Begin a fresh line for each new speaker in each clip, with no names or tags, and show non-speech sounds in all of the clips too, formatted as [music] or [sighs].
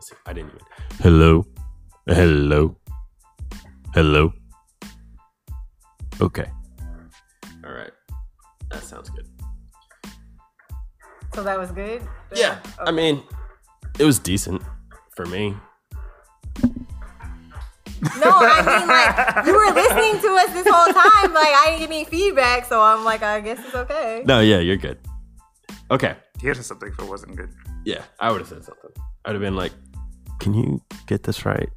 see. I didn't even. Hello, hello, hello. Okay. All right. That sounds good.
So that was good?
Yeah. I mean, it was decent for me.
No, I mean, like, you were listening to us this whole time. Like, I didn't get any feedback, so I'm like, I guess it's okay.
No, yeah, you're good. Okay.
Here's something that wasn't good.
Yeah, I would have said something. I'd have been like, "Can you get this right?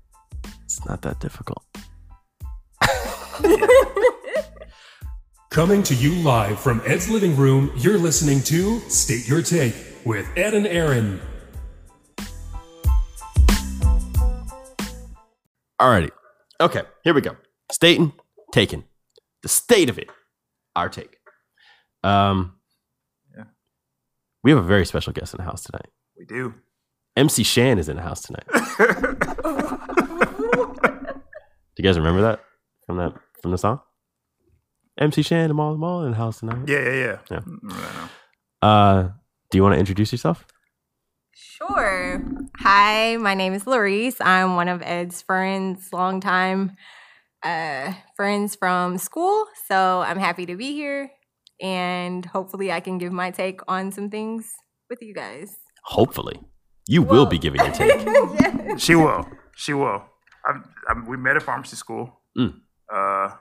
It's not that difficult."
Coming to you live from Ed's living room, you're listening to State Your Take with Ed and Aaron.
Alrighty. Okay, here we go. Staten, taken. The state of it, our take. Um,
Yeah.
We have a very special guest in the house tonight.
We do.
MC Shan is in the house
[laughs]
tonight. Do you guys remember that from that from the song? MC Shan, I'm all, I'm all in the house tonight.
Yeah, yeah, yeah.
Yeah.
Mm, I don't know.
Uh, do you want to introduce yourself?
Sure. Hi, my name is Larice. I'm one of Ed's friends, longtime uh, friends from school. So I'm happy to be here, and hopefully, I can give my take on some things with you guys.
Hopefully, you will be giving your
[laughs]
take.
Yeah.
She will. She will. I'm, I'm, we met at pharmacy school.
Mm.
Uh,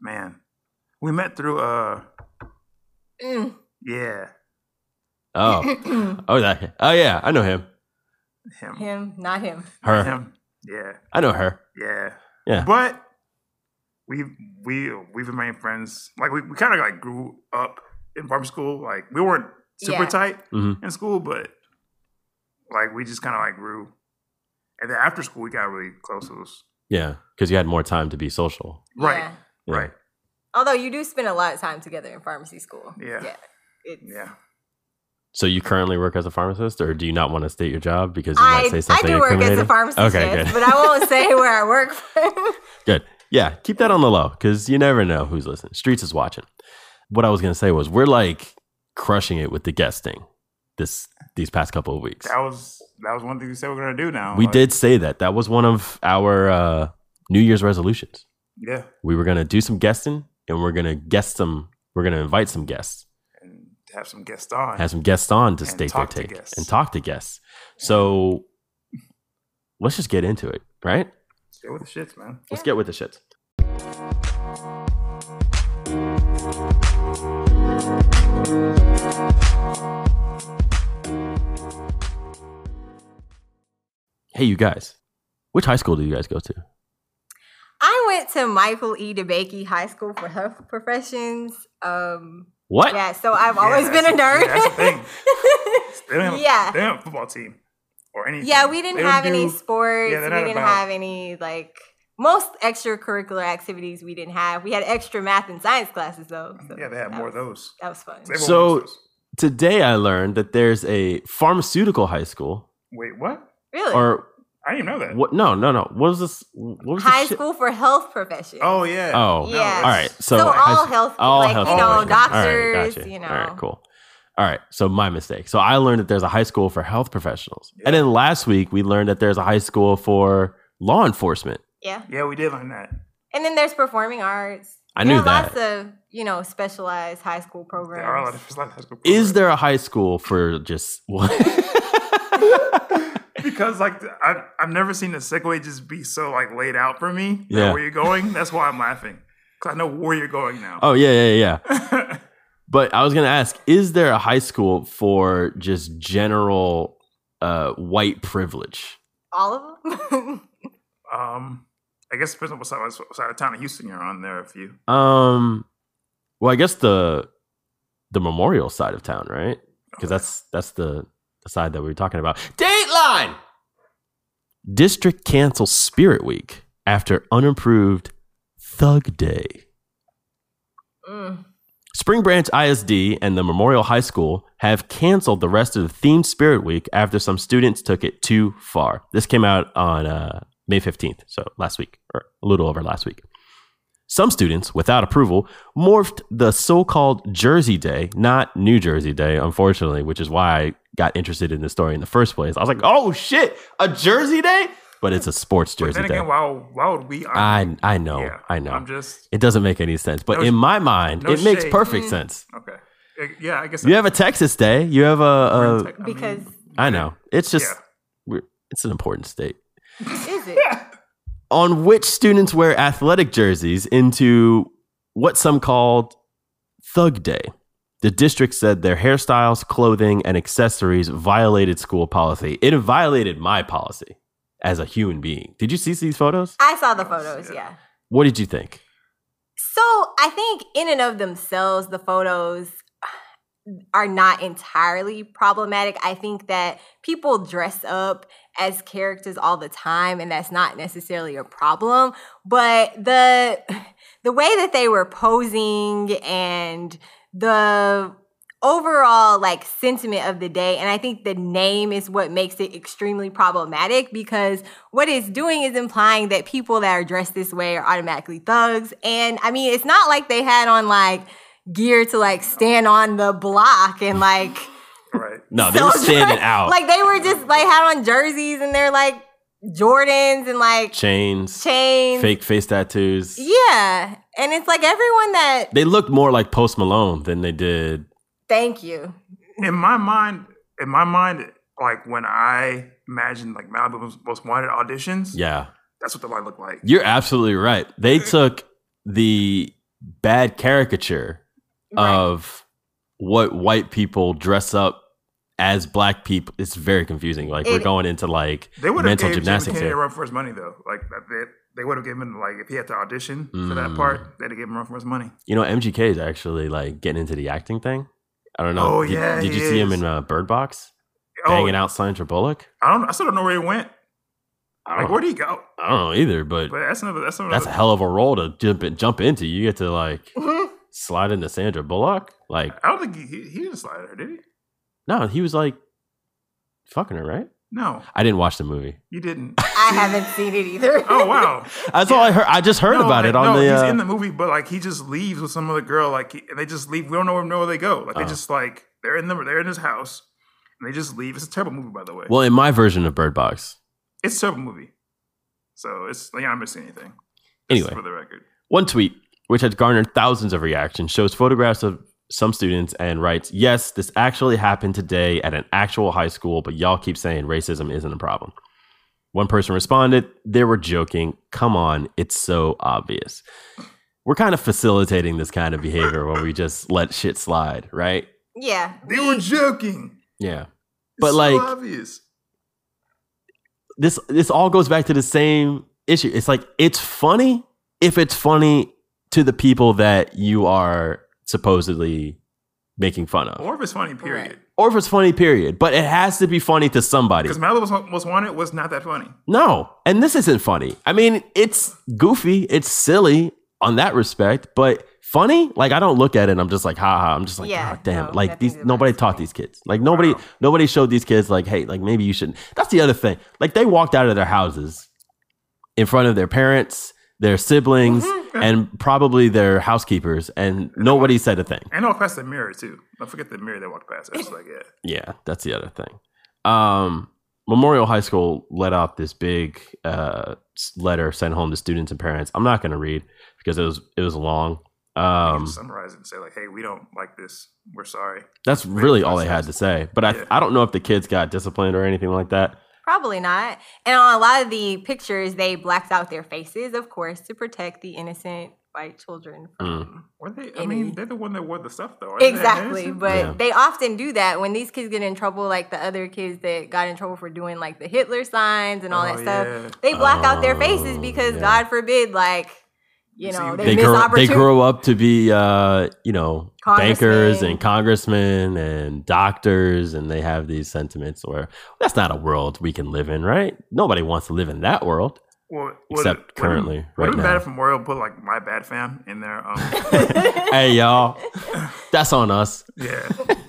man, we met through. Uh,
Mm.
yeah,
Oh, oh, that. Oh, yeah, I know him.
him.
him, not him.
Her.
Him. Yeah,
I know her.
yeah,
Yeah.
But we we we've remained friends. Like we, we kind of like grew up in pharmacy school. Like we weren't super
Yeah.
tight
Mhm.
in school, but like we just kind of like grew. And then after school, we got really close. It was
Yeah, because you had more time to be social.
right,
Yeah.
Yeah.
right,
Although you do spend a lot of time together in pharmacy school.
Yeah.
Yeah. It's,
yeah.
So you currently work as a pharmacist, or do you not want to state your job because you
I,
might say
I
something
do work as a
incriminating?
pharmacist,
Okay,
yes,
good. [laughs]
but I won't say where I work from.
Good. Yeah, keep that on the low because you never know who's listening. Streets is watching. What I was gonna say was we're like crushing it with the guesting this these past couple of weeks.
That was that was one thing we said we are gonna do. Now
We
Like,
did say that. That was one of our uh, New Year's resolutions.
Yeah,
We were gonna do some guesting, and we're gonna guest some. We're gonna invite some guests,
and have some guests on.
have some guests on to
And
state their
talk to
take
guests.
and talk to guests. So let's just get into it, right?
Let's go with the shits, man.
Let's
Yeah.
get with the shit. Hey, you guys. Which high school do you guys go to?
[laughs] I went to Michael E. DeBakey High School for Health Professions. Um,
What?
yeah, so I've always
Yeah,
been a
that's-
nerd.
yeah, that's the thing. They don't
[laughs]
have,
Yeah.
they don't have a football team or
[laughs]
anything.
yeah, we didn't
They don't
have any
do-
sports.
yeah, they're
we
not
didn't
about-
have any like most extracurricular activities. We didn't have. We had extra math and science classes though. so
Yeah, they have
that
more of
was-
those.
That was fun.
Everyone
So-
wants those.
Today I learned that there's a pharmaceutical high school
wait, what?
Really,
or
I didn't know that.
what no, no, no. What was this what was
high
this shit?
school for health professions.
Oh yeah.
Oh.
Yeah.
it's-
All right. So,
So
high
all
sch-
health-
all
like, you
health
know,
professionals. Oh, All
doctors, you
All
know.
right, cool. All right. So my mistake. So I learned that there's a high school for health professionals. And
Yeah.
then last week we learned that there's a high school for law enforcement.
Yeah,
Yeah, we did learn that.
and then there's performing arts.
I
There
knew
are
that.
Lots of you know specialized high school
There are a lot
programs.
of there's a lot of high school
Is
programs.
there a high school for just what? [laughs]
because like I've I've never seen a segue just be so like laid out for me. like,
Yeah.
where you're going. That's why I'm laughing because I know where you're going now.
oh yeah, yeah, yeah.
[laughs]
But I was gonna ask, is there a high school for just general uh, white privilege?
All of them. [laughs]
um, I guess it depends on what side, what side of town of Houston you're on. There are a few.
Um, well, I guess the the memorial side of town, right? Because that's that's the, the side that we were talking about. Dateline district cancels Spirit Week after unapproved Thug Day.
Mm.
Spring Branch ISD and the Memorial High School have canceled the rest of the themed Spirit Week after some students took it too far. This came out on uh, May 15th, so last week, or a little over last week. Some students, without approval, morphed the so called Jersey Day, not New Jersey Day, unfortunately, which is why got interested in the story in the first place. I was like, oh shit, a Jersey Day, but it's a sports
But
Jersey
then
Day.
again, why, why would we?
I I know,
yeah,
I know.
I'm just
it doesn't make any sense, but
No sh-
in my mind,
no
it makes
shade.
perfect
Mm.
sense.
okay. Uh, Yeah, I guess
You have a Texas Day. You have a.
I'm-
a
I mean, [laughs]
Because
I know. It's just
Yeah.
we're, it's an important state.
is it?
on which students wear athletic jerseys into what some called Thug Day. The district said their hairstyles, clothing, and accessories violated school policy. It violated my policy as a human being. Did you see these photos?
I saw the
Yes,
photos,
yeah.
yeah.
What did you think?
So I think in and of themselves, the photos [sighs] are not entirely problematic. I think that people dress up as characters all the time, and that's not necessarily a problem. But the [sighs] the way that they were posing and the overall like sentiment of the day and i think the name is what makes it extremely problematic because what it's doing is implying that people that are dressed this way are automatically thugs and i mean it's not like they had on like gear to like stand on the block and like
right.
No, [laughs] they were
celebrate. [laughs]
standing out.
like they were just like had on jerseys and they're like jordans and like
chains,
chains
fake face tattoos.
yeah and it's like everyone that
They looked more like Post Malone than they did.
thank you
in my mind, in my mind, like when I imagined like Malibu Most Wanted auditions,
Yeah.
that's what the line looked like.
You're absolutely right. They
Mm.
took the bad caricature
Right.
of what white people dress up as black people. It's very confusing. Like we're
It-
going into like
They would have
mental
gave
gymnastics
James Kennedy a
here.
run for his money though. Like that- they, they would have given him like if he had to audition for that part,
Mm.
they'd have given him a run for his money.
You know, MGK is actually like getting into the acting thing. I don't know.
Oh,
did,
yeah,
Did
he
you see him
is.
in uh, Bird Box
Oh,
hanging out Sandra Bullock?
I don't. I still don't know where he went.
I
Like
don't,
where would he go?
I don't know either, but
But uh, that's another. That's another.
that's a hell of a role to jump in, jump into. You get to like
Mm-hmm.
Mhm.
slide into Sandra Bullock. Like
I don't think he he, he didn't slide her, did he?
no, he was like fucking her, right?
No,
I didn't watch the movie.
you didn't.
[laughs]
i haven't seen it either
Oh wow!
That's all I heard. I just heard
No,
about
like,
it on
no,
the.
he's
uh,
in the movie, but like he just leaves with some other girl, like he- and they just leave. We don't know where, know where they go. Like
Uh-huh.
they just like they're in the they're in his house, and they just leave. It's a terrible movie, by the way.
well, in my version of Bird Box.
it's a terrible movie. So it's like, I'm not missing anything. Just
Anyway,
for the record,
One tweet, which has garnered thousands of reactions, shows photographs of some students and writes, Yes, this actually happened today at an actual high school, but y'all keep saying racism isn't a problem. One person responded, They were joking. Come on, it's so obvious. We're kind of facilitating this kind of behavior where we just let shit slide, right?
[laughs] yeah
they were joking.
Yeah.
It's
But,
so
like-
obvious.
this this all goes back to the same issue. It's like it's funny if it's funny to the people that you are supposedly making fun of.
Or if it's funny, period.
Or if it's funny, period. But it has to be funny to somebody.
Because Malibu Most- Most Wanted was not that funny.
No. And this isn't funny. I mean, it's goofy, it's silly on that respect, but funny? Like I don't look at it and I'm just like, haha. I'm just like,
Yeah,
God damn.
no,
like
that
these
thing's
nobody
embarrassing.
taught these kids. Like nobody
Wow.
nobody showed these kids like, hey, like maybe you should that's the other thing. Like they walked out of their houses in front of their parents, their siblings,
Mm-hmm.
and probably their housekeepers, and nobody said a thing.
And all past the mirror too. Don't forget the mirror they walked past. I was like, yeah.
Yeah, that's the other thing. Um, Memorial High School let out this big uh, s- letter sent home to students and parents. I'm not going to read because it was it was long.
you
[laughs] Um,
just summarize it and say like, hey, we don't like this. We're sorry.
that's really all they had to say. But I
Yeah.
I don't know if the kids got disciplined or anything like that.
Probably not. And on a lot of the pictures, they blacked out their faces, of course, to protect the innocent white children from.
Were they? I
Any-
mean, they're the one that wore the stuff though. aren't they?
Exactly.
Innocent?
But
Yeah.
they often do that when these kids get in trouble, like the other kids that got in trouble for doing like the Hitler signs and all
Oh,
that stuff.
yeah.
They black out their faces
Oh,
because,
yeah.
God forbid, like, you know,
See,
they,
They
miss
grow they
opportunities.
grow up to be uh, you know bankers
Congressmen.
and congressmen and doctors, and they have these sentiments where that's not a world we can live in, right? Nobody wants to live in that world.
Well,
Except currently, right
would it be
now.
bad if Memorial put like my bad fam in there?
[laughs]
Um,
hey y'all, that's on us.
yeah,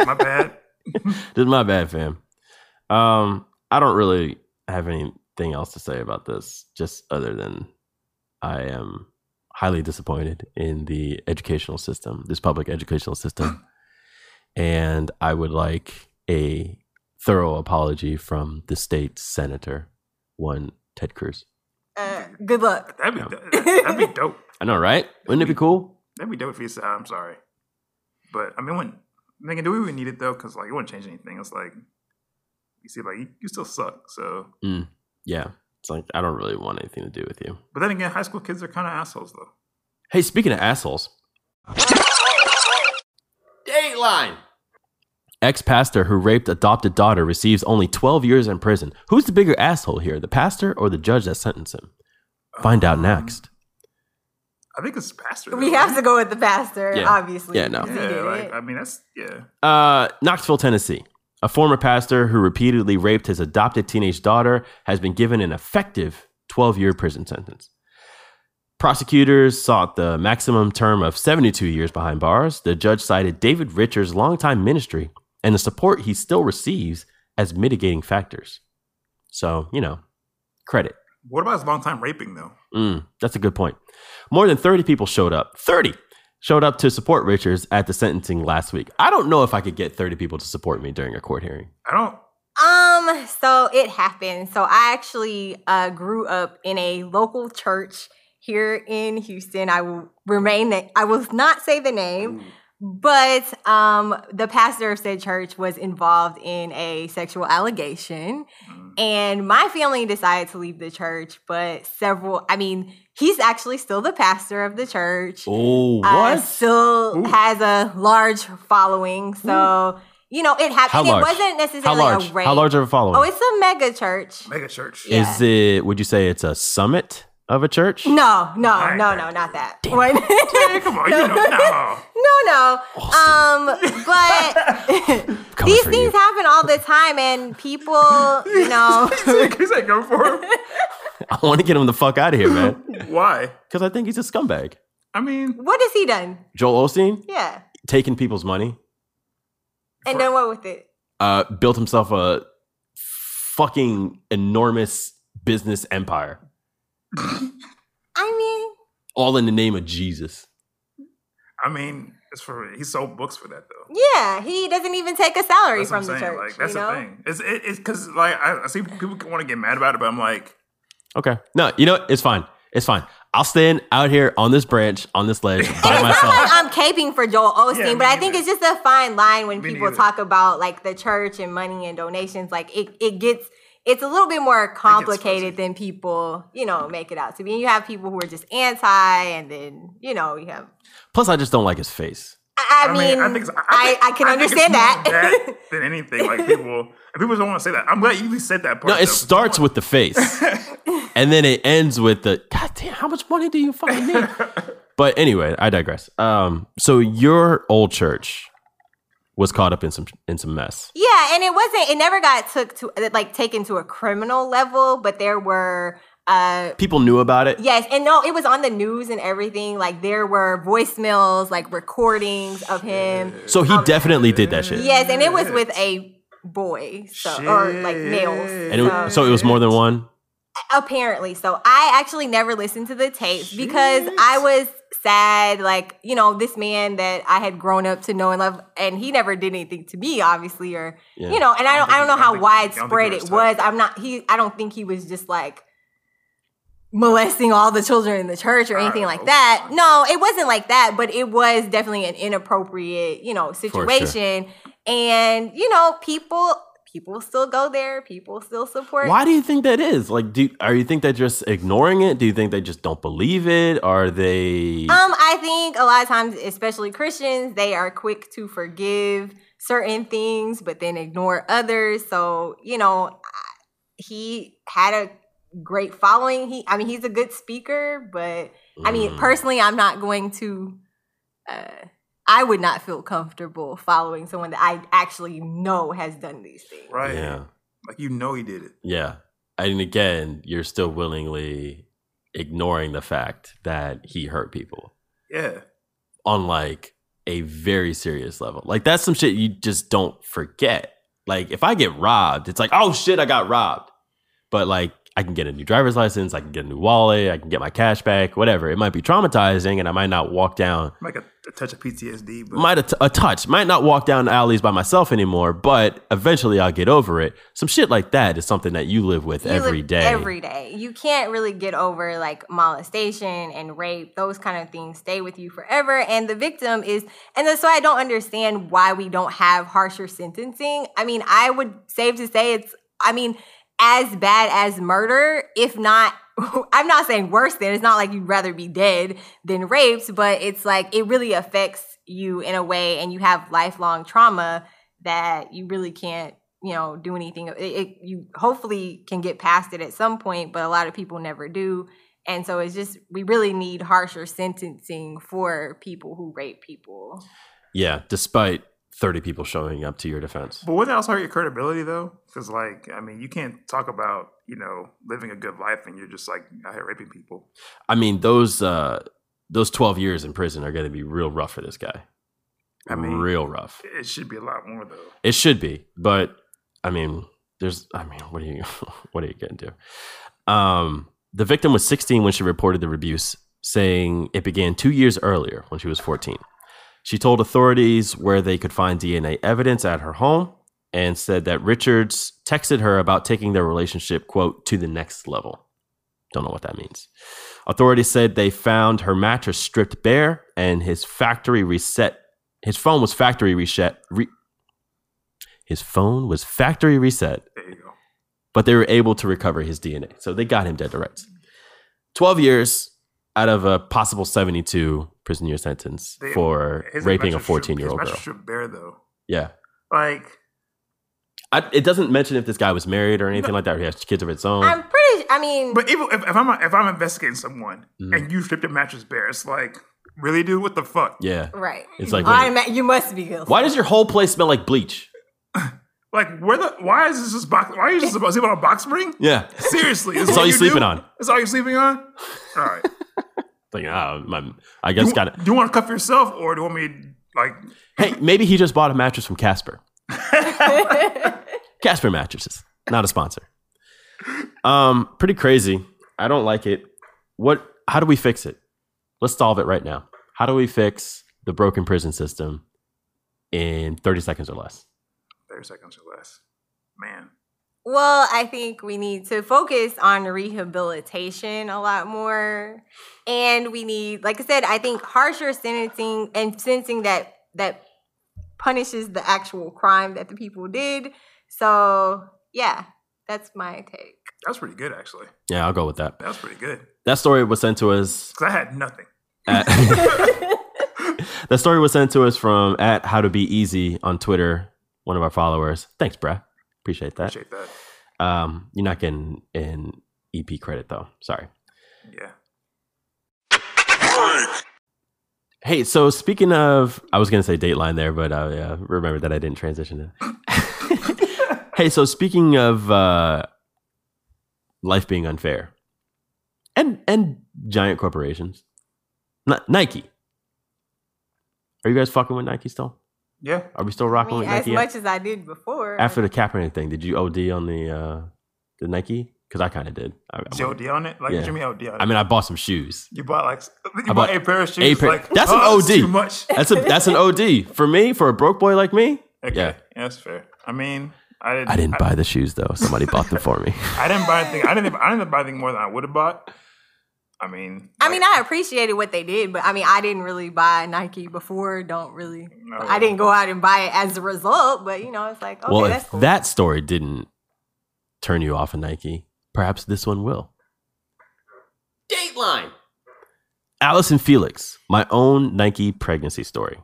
my bad.
This is my bad, fam. Um, I don't really have anything else to say about this, just other than I am highly disappointed in the educational system, this public educational system, and I would like a thorough apology from the state senator, one Ted Cruz.
[laughs] Uh, good luck.
That'd be that'd be dope.
I know, right? Wouldn't it be cool?
That'd be dope if you said I'm sorry. But I mean, when thinking, do we even need it though? Because like, it wouldn't change anything. It's like you see, like you, you still suck. So,
Yeah. It's like I don't really want anything to do with you.
but then again, high school kids are kind of assholes though.
Hey, speaking of assholes. Dateline. Ex pastor who raped adopted daughter receives only 12 years in prison. Who's the bigger asshole here, the pastor or the judge that sentenced him? Find out
Um,
next.
I think it's pastor.
We have to go with the pastor,
Yeah.
obviously.
Yeah, no.
because he
Yeah,
did
like
it.
I mean, that's yeah.
Uh, Knoxville, Tennessee. A former pastor who repeatedly raped his adopted teenage daughter has been given an effective 12 year prison sentence. Prosecutors sought the maximum term of 72 years behind bars. The judge cited David Richards' longtime ministry and the support he still receives as mitigating factors. So, you know, credit.
What about his long time raping though?
Mm, that's a good point. More than 30 people showed up. 30 showed up to support Richards at the sentencing last week. I don't know if I could get 30 people to support me during a court hearing.
I don't.
Um, so it happened. So I actually uh, grew up in a local church here in Houston. I will remain that I will not say the name,
Mm.
but um, the pastor of said church was involved in a sexual allegation,
Mm.
and my family decided to leave the church. But several, I mean, he's actually still the pastor of the church.
Oh,
Uh, still
Ooh.
has a large following, so. You know, it
How
happened. It
large?
wasn't
How
necessarily
large?
a rape.
How large of a following?
Oh, it's a mega church.
Mega church.
Yeah.
Is it, would you say it's a summit of a
[laughs]
church?
No, no,
Alright,
no,
alright.
no, not that.
Damn
One-
Yeah, [laughs] come on, you
[laughs]
know, no.
no, no. Um,
[laughs]
but
Coming
these
for
things
you.
happen all the time, and people, you
[laughs]
know,
he's
[laughs]
like, he's like, go for him.
I want to get him the fuck out of here, man.
Why?
Because I think he's a scumbag.
I mean,
what has he done?
Joel Osteen,
Yeah,
taking people's money,
and done what with it?
uh, built himself a fucking enormous business empire,
I mean,
all in the name of Jesus.
I mean, it's for he sold books for that though.
yeah, he doesn't even take a salary
That's what
from
I'm
the
saying.
church.
Like that's
you know?
the thing. It's it, it's because like I, I see people want to get mad about it, but I'm like,
Okay. No, you know what? It's fine. It's fine. I'll stand out here on this branch, on this ledge
And
by
[laughs] it's not like
myself.
I'm caping for Joel Osteen,
Yeah, me
but I think
neither.
it's just a fine line when
Me
people
neither.
talk about like the church and money and donations. Like it, it gets it's a little bit more complicated
fuzzy.
than people, you know, make it out to be. And you have people who are just anti, and then you know you have.
Plus, I just don't like his face.
I, I mean, I,
it's-
I,
think-
can
think it's
understand
more
that.
that than anything. Like people, and people don't want to say that. I'm glad you at least said that part.
No,
though,
it
'cause
starts with the
[laughs]
face, and then it ends with the God damn. How much money do you fucking
[laughs]
need? But anyway, I digress. Um, so your old church was caught up in some in some mess.
[laughs] Yeah, and it wasn't. It never got took to like taken to a criminal level, but there were. Uh,
People knew about it.
Yes, and no, it was on the news and everything. Like there were voicemails, like recordings of him.
So he definitely did that shit.
Yes, and it was with a boy, so or like males.
Shit.
And it, so it was more than one.
Apparently, so I actually never listened to the tapes because I was sad. Like you know, this man that I had grown up to know and love, and he never did anything to me, obviously, or
Yeah.
you know. And I don't, I
I
don't
don't
know
think- I
how
don't think- I don't think
widespread
he
it
was
was.
tight.
I'm not he. I don't think he was just like molesting all the children in the church or
I
anything
don't
like
know.
that. No, it wasn't like that, but it was definitely an inappropriate, you know,
sure.
situation. And you know, people people still go there. People still support.
Why do you think that is? Like, do are you think they're just ignoring it? Do you think they just don't believe it? Are they?
Um, I think a lot of times, especially Christians, they are quick to forgive certain things, but then ignore others. So you know, I- he had a great following. He, I mean, he's a good speaker, but Um, I mean,
Mm.
personally, I'm not going to. Uh, I would not feel comfortable following someone that I actually know has done these things.
right.
Yeah,
Like you know he did it.
yeah. And again, you're still willingly ignoring the fact that he hurt people
Yeah.
on like a very serious level. Like that's some shit you just don't forget. Like if I get robbed, it's like, oh shit, I got robbed. But like I can get a new driver's license, I can get a new wallet, I can get my cash back, whatever. It might be traumatizing, and I might not walk down
Like a, a touch of PTSD, but
might a, t- a touch might not walk down alleys by myself anymore but eventually i'll get over it some shit like that is something that you live with
You
every
live
day
Every day. You can't really get over like molestation and rape. Those kind of things stay with you forever. And the victim is, and that's why I don't understand why we don't have harsher sentencing. I mean, I would safe to say it's, I mean, as bad as murder, if not. [laughs] I'm not saying worse than it's not like you'd rather be dead than raped, but it's like it really affects you in a way, and you have lifelong trauma that you really can't you know do anything it, it, you hopefully can get past it at some point but a lot of people never do and so it's just we really need harsher sentencing for people who rape people
yeah despite 30 people showing up to your defense
but would that also hurt your credibility though? Because like, I mean, you can't talk about you know living a good life and you're just like out here raping people.
i mean those uh those 12 years in prison are going to be real rough for this guy
I mean-
real rough
It should be a lot more though.
it should be but i mean there's i mean what are you [laughs] what are you going to do um the victim was 16 when she reported the abuse saying it began two years earlier when she was 14 She told authorities where they could find DNA evidence at her home and said that Richards texted her about taking their relationship, quote, to the next level. Don't know what that means. Authorities said they found her mattress stripped bare and his factory reset. His phone was factory reset. Re, his phone was factory reset
There you go.
but they were able to recover his DNA. So they got him dead to rights. 12 years out of a possible 72 prison year sentence
They-
for
His
raping a
mattress should-
14 year old
His
girl.
mattress should bear though.
Yeah.
Like
I, it doesn't mention if this guy was married or anything like that. Or he has kids of his own.
i'm pretty i mean
But even if, if I'm if I'm investigating someone
Mhm.
and you stripped a mattress bare, it's like, really, dude, what the fuck?
yeah.
right
It's like,
I ma- you must be guilty
Why does your whole place smell like bleach?
Like, where the why is this just box? Why are you just supposed to sleep on a box spring?
Yeah.
Seriously, this is
That's
what
all
you
you're sleeping
do?
on.
That's all you're sleeping
[laughs]
on. All right,
Like, ah, my, I
do,
guess got
do you want to cuff yourself or do you want me to, like?
Hey, maybe he just bought a mattress from Casper. Casper mattresses, not a sponsor. Um, pretty crazy. I don't like it. What? How do we fix it? Let's solve it right now. How do we fix the broken prison system in 30 seconds or less?
Thirty seconds or less, man.
Well, I think we need to focus on rehabilitation a lot more. And we need, like I said, I think harsher sentencing and sentencing that that punishes the actual crime that the people did. So yeah, that's my take.
That's pretty good actually.
Yeah, I'll go with that.
That's pretty good
That story was sent to us.
because I had nothing.
At that story was sent to us from at How to Be Easy on Twitter, one of our followers. Thanks, bruh. Appreciate that.
Appreciate that.
Um, you're not getting an EP credit though. Sorry.
Yeah.
Hey, so speaking of, I was going to say Dateline there, but I uh, remembered that I didn't transition it. [laughs] hey, so speaking of uh, life being unfair and and giant corporations, Ni- Nike. Are you guys fucking with Nike still?
Yeah.
Are we still
I
rocking
mean,
with
as
Nike?
much as I did before.
After the Kaepernick thing, did you OD on the uh, the Nike? Because I kind of did. I, I
Is you OD on it? Like
Yeah.
Jimmy OD on it.
I mean, I bought some shoes.
you bought like you
I
bought
bought
a pair of shoes.
pair-
Like,
That's an
oh, this is
OD.
[laughs]
Too much.
That's a that's an OD for me for a broke boy like me.
Okay.
Yeah.
that's fair. I mean, I didn't.
I didn't
I,
buy the shoes though. Somebody bought them for
[laughs]
me.
I didn't buy anything. I didn't. I didn't buy anything more than I would have bought. I mean.
I mean, I appreciated what they did, but I mean, I didn't really buy Nike before. Don't really.
No.
I didn't go out and buy it as a result, but you know, it's like okay,
well,
that's
if
cool.
that story didn't turn you off of Nike, perhaps this one will. Dateline. Allison Felix, my own Nike pregnancy story.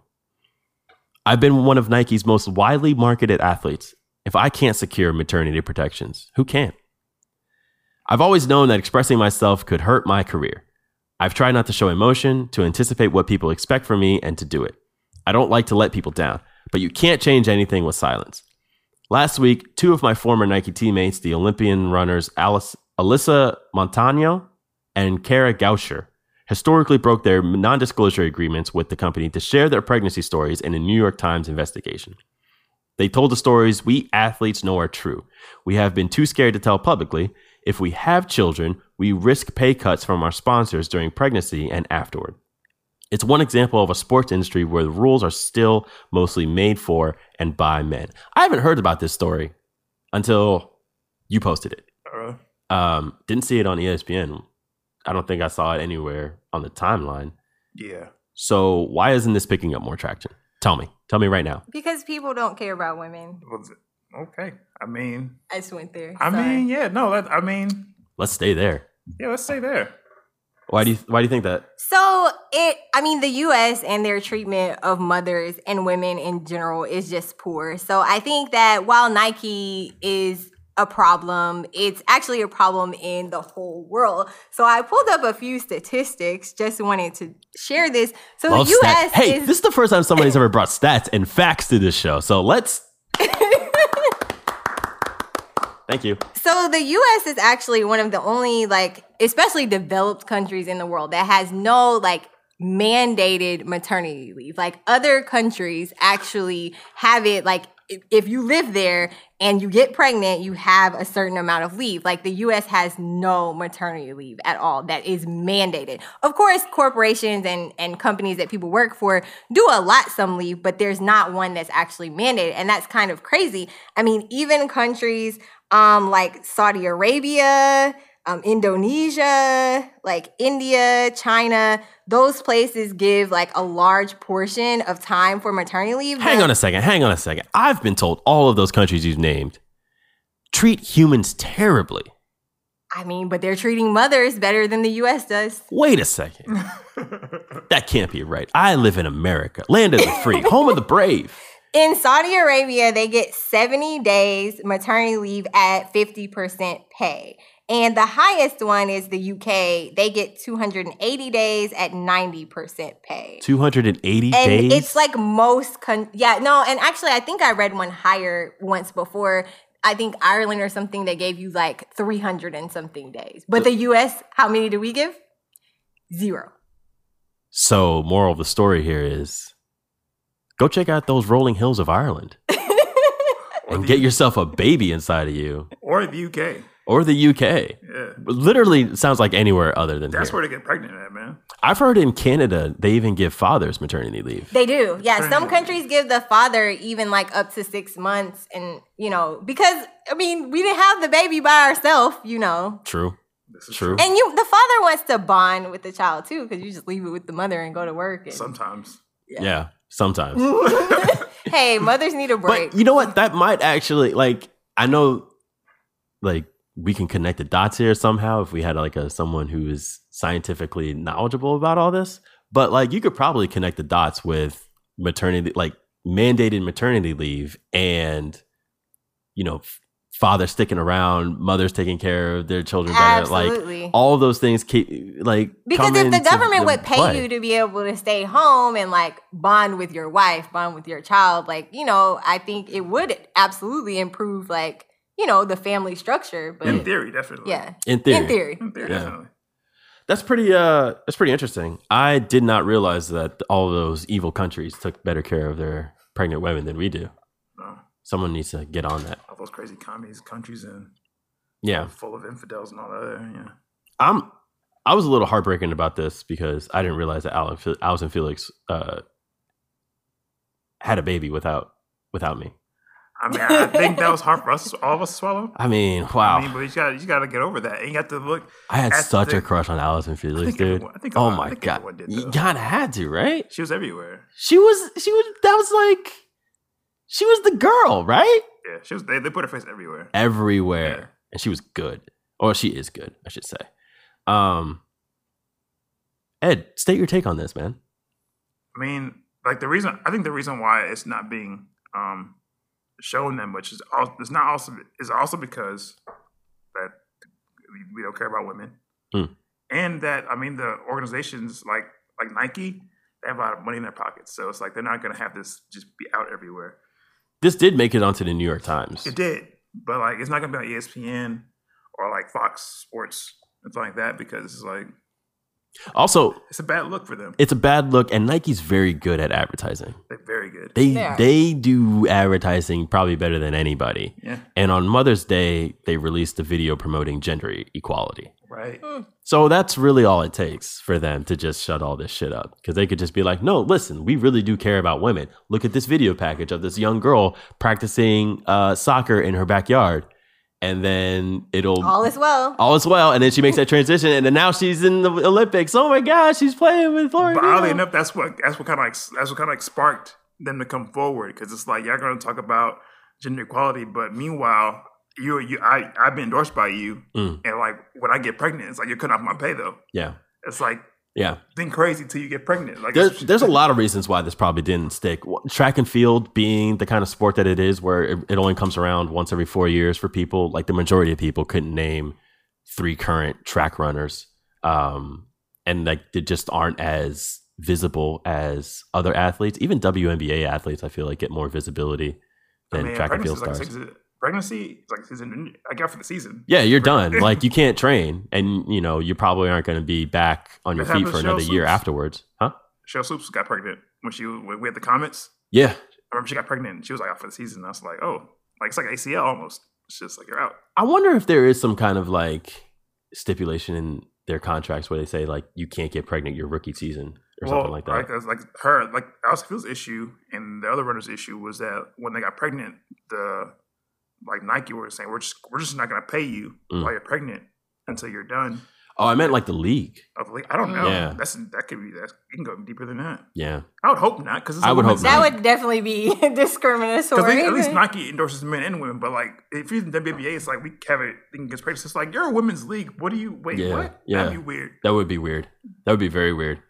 I've been one of Nike's most widely marketed athletes. If I can't secure maternity protections, who can? I've always known that expressing myself could hurt my career. I've tried not to show emotion, to anticipate what people expect from me, and to do it. I don't like to let people down, but you can't change anything with silence. Last week, two of my former Nike teammates, the Olympian runners Alice, Alyssa Montano and Kara Gauscher, historically broke their non disclosure agreements with the company to share their pregnancy stories in a New York Times investigation. They told the stories we athletes know are true. We have been too scared to tell publicly. If we have children, we risk pay cuts from our sponsors during pregnancy and afterward. It's one example of a sports industry where the rules are still mostly made for and by men. I haven't heard about this story until you posted it.
Uh,
Um, didn't see it on ESPN. I don't think I saw it anywhere on the timeline.
yeah.
So why isn't this picking up more traction? Tell me. Tell me right now.
Because people don't care about women.
Was it- Okay. I mean,
I just went there.
I
Sorry.
mean, yeah. No, that, I mean,
Let's stay there.
yeah. Let's stay there.
Why do you why do you think that?
So it, I mean, the U.S. and their treatment of mothers and women in general is just poor. So I think that while Nike is a problem, it's actually a problem in the whole world. So I pulled up a few statistics. Just wanted to share this. So
Love
the
stats.
U.S.
Hey,
is
this is the first time
[laughs]
somebody's ever brought stats and facts to this show. So let's Thank you.
So the US is actually one of the only like especially developed countries in the world that has no like mandated maternity leave. Like other countries actually have it like i- if you live there and you get pregnant, you have a certain amount of leave. Like the US has no maternity leave at all that is mandated. Of course, corporations and, and companies that people work for do allot some leave, but there's not one that's actually mandated. And that's kind of crazy. I mean, even countries um, like Saudi Arabia, um, Indonesia, like India, China, those places give like a large portion of time for maternity leave.
Hang
but-
on a second. Hang on a second. I've been told all of those countries you've named treat humans terribly.
I mean, but they're treating mothers better than the US does.
Wait a
[laughs]
second. that can't be right. I live in America, land of the free, home of the
[laughs]
brave.
In Saudi Arabia, they get 70 days maternity leave at 50% pay. And the highest one is the UK. They get 280 days at 90% pay.
280
and
days.
it's like most con- yeah no and actually i think i read one higher once before i think ireland or something they gave you like 300 and something days but the us how many do we give zero
So, moral of the story here is go check out those rolling hills of
[laughs]
Ireland
Or
and
the-
get yourself a baby inside of you
Or the UK.
or the UK.
Yeah.
Literally it sounds like anywhere other than
That's
here.
where they get pregnant at, man.
I've heard in Canada they even give fathers maternity leave.
they do yeah
Right.
some countries give the father even like up to six months and you know because i mean we didn't have the baby by ourselves you know
True.
This is
True.
and you the father wants to bond with the child too because you just leave it with the mother and go to work and-
Sometimes.
Yeah, sometimes.
hey mothers need a break
But you know what? That might actually like I know like we can connect the dots here somehow if we had like a someone who is scientifically knowledgeable about all this. But like you could probably connect the dots with maternity like mandated maternity leave and you know f- fathers sticking around, mothers taking care of their children better. Like
absolutely
all of those things keep like
Because
come
if the
into
government would pay
play.
you to be able to stay home and like bond with your wife, bond with your child, like, you know, I think it would absolutely improve like, you know, the family structure. But
In theory, definitely.
yeah.
in theory. Mm-hmm.
In theory.
In theory,
Yeah.
definitely.
That's pretty. Uh, that's pretty interesting. I did not realize that all those evil countries took better care of their pregnant women than we do.
No.
Someone needs to get on that.
All those crazy commies, countries, and
Yeah,
full of infidels and all that. Other, yeah.
I'm. I was a little heartbroken about this because I didn't realize that Alex, Alice and Felix uh, had a baby without without me.
I mean, I think that was hard for us, all of us to swallow.
I mean,
I mean,
wow!
but you got you got to get over that. And you got to look.
I had
at
such
the-
a crush on Alice and
I
Felix,
think
dude.
everyone- I think
Oh
a- I
my
think
god!
everyone did,
You
though.
kind of had to, right?
She was everywhere.
She was. She was. That was like. She was the girl, right?
Yeah, she was. They, they put her face everywhere.
everywhere,
Yeah.
and she was good, or she is good, I should say. Um, Ed, state your take on this, man.
I mean, like the reason I think the reason why it's not being um, shown them, which is also, it's not also is also because that we- we don't care about women,
Hmm.
and that I mean the organizations like like Nike, they have a lot of money in their pockets, so it's like they're not going to have this just be out everywhere.
This did make it onto the New York Times.
It did, but like it's not going to be on ESPN or like Fox Sports and something like that because it's like
Also,
It's a bad look for them.
it's a bad look, and Nike's very good at advertising.
They're very good.
They
They are.
they do advertising probably better than anybody.
yeah,
And on Mother's Day, they released a video promoting gender e- equality.
right.
So that's really all it takes for them to just shut all this shit up. Because they could just be like, no, listen, we really do care about women. Look at this video package of this young girl practicing uh, soccer in her backyard. And then it'll
All is well.
all is well. And then she makes that transition. And then now she's in the Olympics. Oh my gosh, she's playing with Lauren.
But oddly
Daigle.
enough, that's what that's what kind of like that's what kind of like sparked them to come forward because it's like y'all going to talk about gender equality, but meanwhile, you you I I've been endorsed by you,
Mm.
and like when I get pregnant, it's like you're cutting off my pay though.
Yeah.
It's like
Yeah.
think crazy till you get pregnant. Like
There's,
it's-
there's a lot of reasons why this probably didn't stick. W- Track and field being the kind of sport that it is, where it, it only comes around once every four years for people. Like the majority of people couldn't name three current track runners, um, and like they just aren't as visible as other athletes. Even WNBA athletes, I feel like, get more visibility
I
than
mean,
track and field
pregnancy
stars.
is like six- uh, pregnancy is like season. I got for the season.
yeah, you're done. Like you can't train, and you know you probably aren't going to be back on your
That
feet
happened
for
to
another
Cheryl
year
Swoops.
afterwards, huh?
Cheryl Swoops got pregnant when she when we had the comments.
Yeah,
I remember she got pregnant. and She was like out for the season. I was like, oh, like it's like ACL almost. It's just like you're out.
I wonder if there is some kind of like stipulation in their contracts where they say like you can't get pregnant your rookie season or something like that.
Like, that's like her, like Alex Field's issue and the other runner's issue was that when they got pregnant, the like Nike were saying, we're just we're just not going to pay you
Mm.
while you're pregnant until you're done.
oh, I meant like the league.
I believe- I don't know.
Yeah.
That's that could be that. You can go deeper than that.
Yeah.
I would hope not because
I would hope
That would definitely be [laughs] discriminatory.
Because at least Nike endorses men and women, but like if you're in the WBA, it's like we have it thing against prejudice. It's like you're a women's league. What do you wait?
Yeah,
What?
yeah.
That'd be weird.
That would be weird. That would be very weird.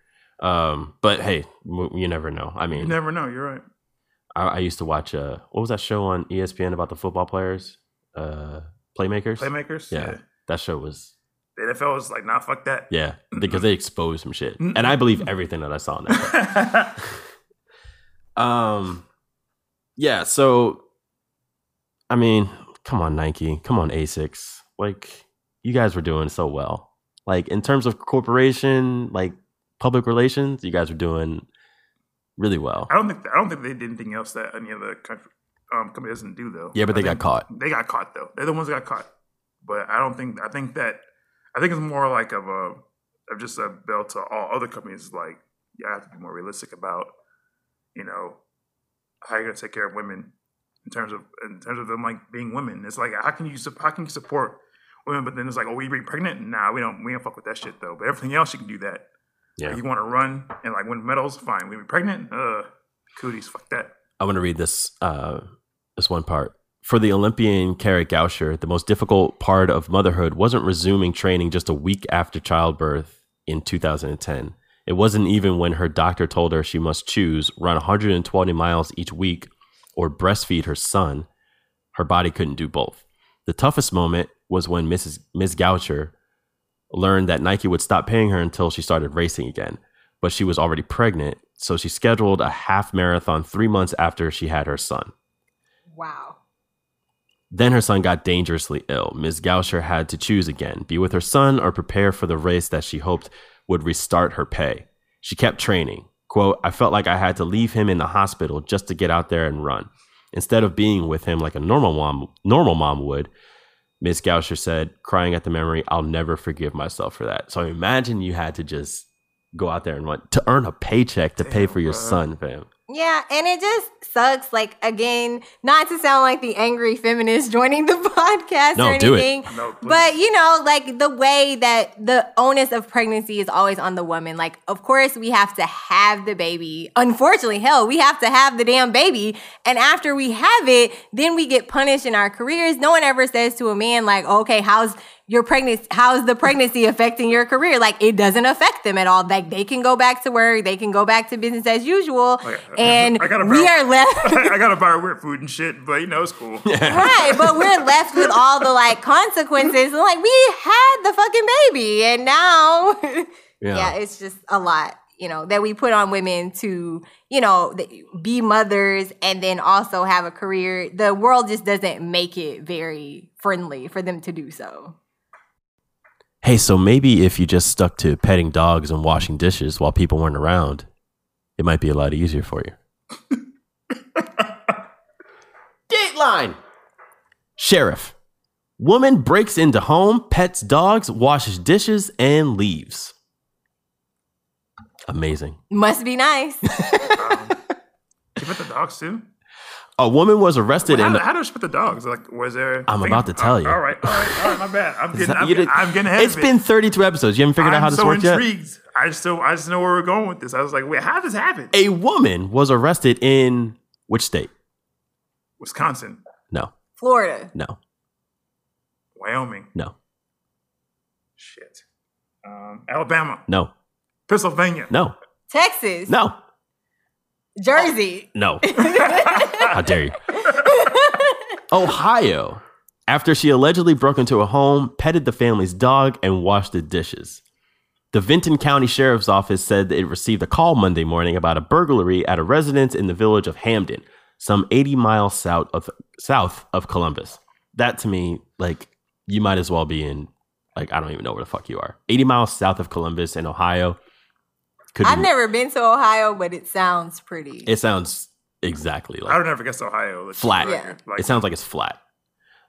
Um, but hey, w- you never know. I
You
mean,
never know. You're right.
I, I used to watch uh, what was that show on ESPN about the football players, uh, playmakers?
Playmakers.
Yeah. That show was
The NFL was like, nah,
[laughs]
fuck that.
yeah because they exposed some shit,
Mm-mm.
and I believe everything that I saw in that. show. Um, yeah. So, I mean, come on, Nike. Come on, Asics. Like, you guys were doing so well. Like in terms of corporation, like public relations, you guys were doing really well.
[laughs] I don't think I don't think they did anything else that any other country um, company doesn't do though.
Yeah, but
I
they got
think-
caught.
They got caught though. They're the ones that got caught. But I don't think I think that I think it's more like of a of just a bell to all other companies. Like you have to be more realistic about you know how you're gonna take care of women in terms of in terms of them like being women. It's like how can you sup- how can you support women? But then it's like, oh, we bring pregnant? Nah, we don't we don't fuck with that shit though. But everything else you can do that.
Yeah.
Like, you want to run and like win medals? Fine. We be pregnant? Uh, cooties. Fuck that. [laughs]
I want to read this uh, this one part. For the Olympian Kara Gauscher, the most difficult part of motherhood wasn't resuming training just a week after childbirth in 2010. It wasn't even when her doctor told her she must choose run 120 miles each week or breastfeed her son. Her body couldn't do both. The toughest moment was when Mrs. Ms. Goucher learned that Nike would stop paying her until she started racing again but she was already pregnant, so she scheduled a half marathon three months after she had her son.
[laughs] wow.
Then her son got dangerously ill. Ms. Gauscher had to choose again be with her son or prepare for the race that she hoped would restart her pay. She kept training. Quote, I felt like I had to leave him in the hospital just to get out there and run. Instead of being with him like a normal mom, normal mom would, Ms. Gauscher said, crying at the memory, I'll never forgive myself for that. So imagine you had to just go out there and run to earn a paycheck to pay
Damn,
for your
bruh.
son, fam.
Yeah, and it just sucks. Like again, not to sound like the angry feminist [laughs] joining the podcast
No,
or
do it.
anything.
[laughs] No, please.
But you know, like the way that the onus of pregnancy is always on the woman. Like, of course, we have to have the baby. Unfortunately, hell, we have to have the damn baby. And after we have it, then we get punished in our careers. No one ever says to a man, like, okay, how's your pregnancy? How's the pregnancy affecting your career? Like, it doesn't affect them at all. Like, they can go back to work, they can go back to business as usual.
Like,
and
I gotta
we
vow.
are left
I gotta buy her weird food and shit, but you know it's cool.
right, but we're left with all the like consequences. And, like we had the fucking baby, and now, [laughs] yeah. it's just a lot, you know, that we put on women to, you know, th- be mothers and then also have a career. The world just doesn't make it very friendly for them to do so.
hey, so maybe if you just stuck to petting dogs and washing dishes while people weren't around, it might be a lot easier for you. [laughs] Dateline Sheriff. Woman breaks into home, pets dogs, washes dishes, and leaves. Amazing.
Must be nice. [laughs]
Um, she put the dogs too.
A woman was arrested
How,
in.
how did she put the dogs? Like, was there?
I'm about to tell you.
All right, all right, all right. My bad.
[laughs]
I'm getting. I'm,
You
getting
did-
I'm getting ahead
It's
of it.
been 32 episodes. You haven't figured
I'm
out how this
so
works yet?
intrigued. I just, so, I just know where we're going with this. I was like, wait, how did this happen?
A woman was arrested in which state?
Wisconsin,
No,
Florida.
no,
Wyoming,
no,
shit, um, Alabama,
no,
Pennsylvania.
no,
Texas.
no,
Jersey. [laughs]
no. How dare you? Ohio, after she allegedly broke into a home, petted the family's dog, and washed the dishes. The Vinton County Sheriff's Office said that it received a call Monday morning about a burglary at a residence in the village of Hamden, some 80 miles south of south of Columbus. That to me, like, you might as well be in, like, I don't even know where the fuck you are. 80 miles south of Columbus in Ohio. Could
I've
be-
never been to Ohio, but it sounds pretty.
It sounds exactly like
I would never guess Ohio. Let's
Flat.
be real. Like,
it sounds like it's flat.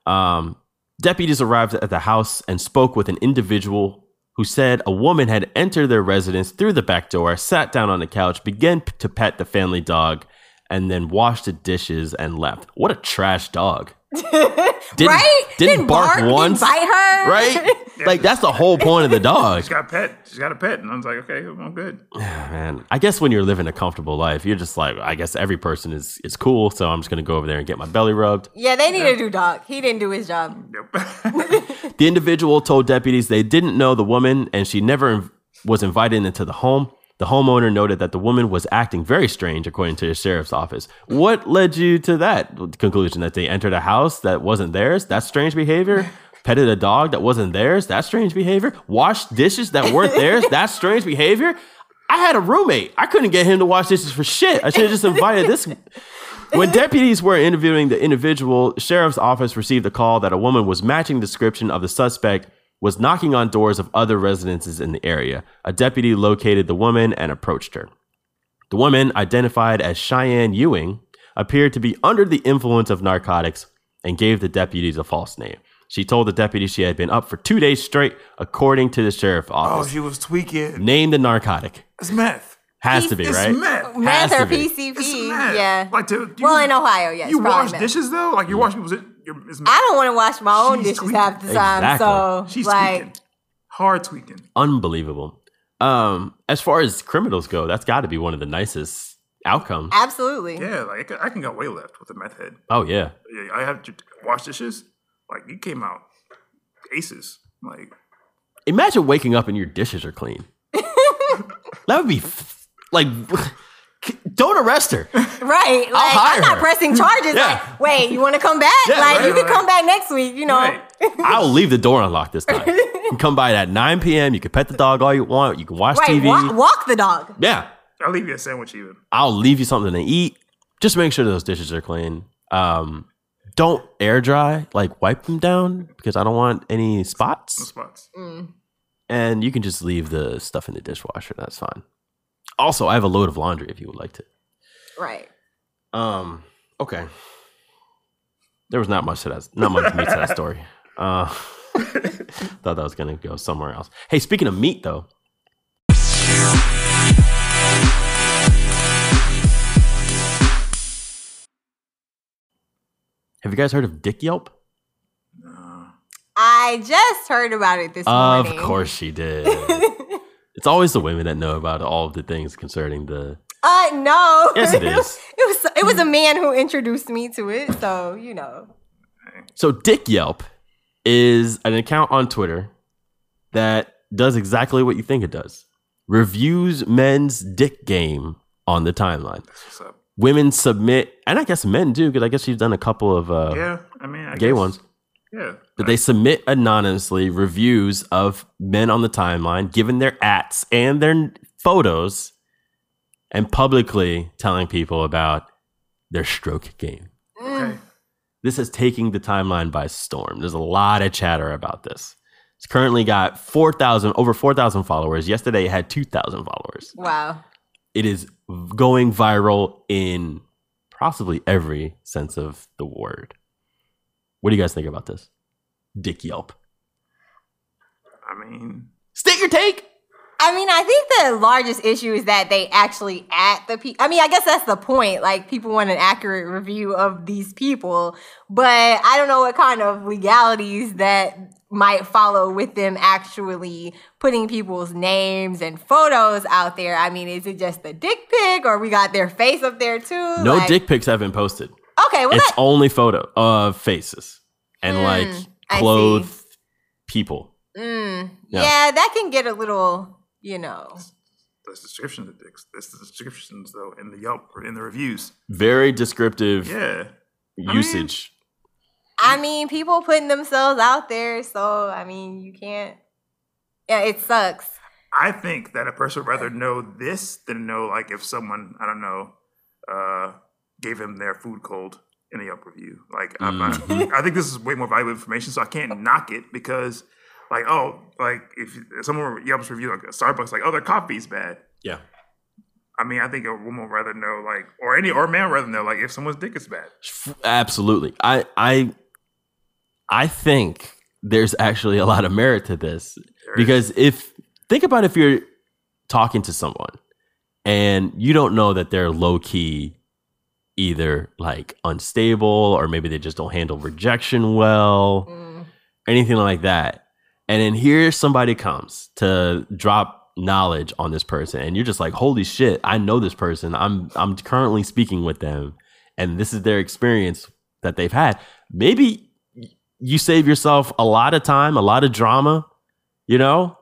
Um, deputies arrived at the house and spoke with an individual who said a woman had entered their residence through the back door, sat down on the couch, began p- to pet the family dog, and then washed the dishes and left. What a trash
[laughs]
dog! Didn't,
right?
Didn't, bark, once,
Didn't bite her.
right? Like that's the whole point of the dog.
she's got a pet. She's got a pet, and I was like, okay, I'm good.
Man, I guess when you're living a comfortable life, you're just like, I guess every person is is cool, so I'm just gonna go over there and get my belly rubbed.
Yeah, they need to do dog. He didn't do his job.
Yep.
The individual told deputies they didn't know the woman and she never inv- was invited into the home. The homeowner noted that the woman was acting very strange, according to the sheriff's office. What led you to that conclusion? That they entered a house that wasn't theirs? That's strange behavior. Petted a dog that wasn't theirs? That's strange behavior. Washed dishes that weren't theirs? That's strange behavior. I had a roommate. I couldn't get him to wash dishes for shit. I should have just invited this when deputies were interviewing the individual, sheriff's office received a call that a woman was matching description of the suspect was knocking on doors of other residences in the area. A deputy located the woman and approached her. The woman, identified as Cheyenne Ewing, appeared to be under the influence of narcotics and gave the deputies a false name. She told the deputy she had been up for two days straight, according to the sheriff's
oh,
office.
she was tweaking.
Named the narcotic.
It's meth.
Has to be,
It's
right?
meth.
Has
Meth
to
or
be.
PCP.
It's meth.
yeah.
Like, dude,
well, in Ohio, yes.
you
probably
wash
meth.
dishes though. Like you wash people's. You're, it's meth.
I don't want to wash my own
She's
dishes
tweaking.
half the time.
Exactly.
So,
She's
like,
tweaking. Hard tweaking.
unbelievable. Um, as far as criminals go, that's got to be one of the nicest outcomes.
absolutely.
Yeah, like I can, I can go way left with the meth head.
Oh yeah,
Yeah, I have to wash dishes. Like you came out aces. Like
imagine waking up and your dishes are clean. that would be f- like, don't arrest her.
Right. Like,
hire
I'm not
her.
pressing charges.
Yeah.
Like, wait, you want to come back?
Yeah,
like,
right,
you can
right.
come back next week, you know.
right.
I'll leave the door unlocked this time. You can come by at 9 p.m. You can pet the dog all you want. You can watch
Right.
TV.
Walk, walk the dog.
yeah,
I'll leave you a sandwich even.
I'll leave you something to eat. Just make sure those dishes are clean. Um, don't air dry. Like wipe them down because I don't want any spots.
No spots.
Mm.
and you can just leave the stuff in the dishwasher. That's fine. Also, I have a load of laundry if you would like to.
Right.
Um, okay. There was not much to that. Not much meat to that story. Uh, [laughs] thought that was gonna go somewhere else. Hey, speaking of meat, though, have you guys heard of Dick Yelp?
I just heard about it this
Of
morning.
course she did. it's always the women that know about all of the things concerning the.
Uh, no.
Yes,
[laughs]
it is. Mm.
It was it was a man who introduced me to it, so you know.
So Dick Yelp is an account on Twitter that does exactly what you think it does. Reviews men's dick game on the timeline.
What's up?
Women submit, and I guess men do, because I guess you've done a couple of uh,
yeah, I mean, I
gay
guess-
ones.
Yeah,
But they submit anonymously reviews of men on the timeline, giving their ats and their photos, and publicly telling people about their stroke game.
Mm.
okay.
This is taking the timeline by storm. There's a lot of chatter about this. It's currently got 4,000, over 4,000 followers. Yesterday it had 2,000 followers.
Wow.
It is going viral in possibly every sense of the word. What do you guys think about this? Dick Yelp.
I mean,
State your take.
I mean, I think the largest issue is that they actually at the people. I mean, I guess that's the point. Like, people want an accurate review of these people, but I don't know what kind of legalities that might follow with them actually putting people's names and photos out there. I mean, is it just the dick pic, or we got their face up there too?
No
Like-
dick pics have been posted.
Okay, well,
it's
that,
only photo of faces and
Hmm,
like
I see.
clothed people.
mm,
yeah.
yeah, that can get a little, you know.
that's the descriptions of dicks. That's the descriptions though in the Yelp in the reviews.
Very descriptive
Yeah, mean-
usage.
I mean, people putting themselves out there, so I mean, you can't. Yeah, it sucks.
I think that a person would rather know this than know like if someone I don't know uh, gave him their food cold in a Yelp review. Like I'm
Mhm.
not, [laughs] I think this is way more valuable information, so I can't knock it because like oh like if someone Yelp's review like Starbucks like oh their coffee's bad.
Yeah.
I mean, I think a woman would rather know, like, or any or a man would rather know, like, if someone's dick is bad.
F- Absolutely. I I I think there's actually a lot of merit to this
There is-
because if think about if you're talking to someone and you don't know that they're low key either like unstable or maybe they just don't handle rejection well.
Mm.
anything like that. And then here somebody comes to drop knowledge on this person, and you're just like, "Holy shit! I know this person. I'm I'm currently speaking with them, and this is their experience that they've had." Maybe y- you save yourself a lot of time, a lot of drama. You know,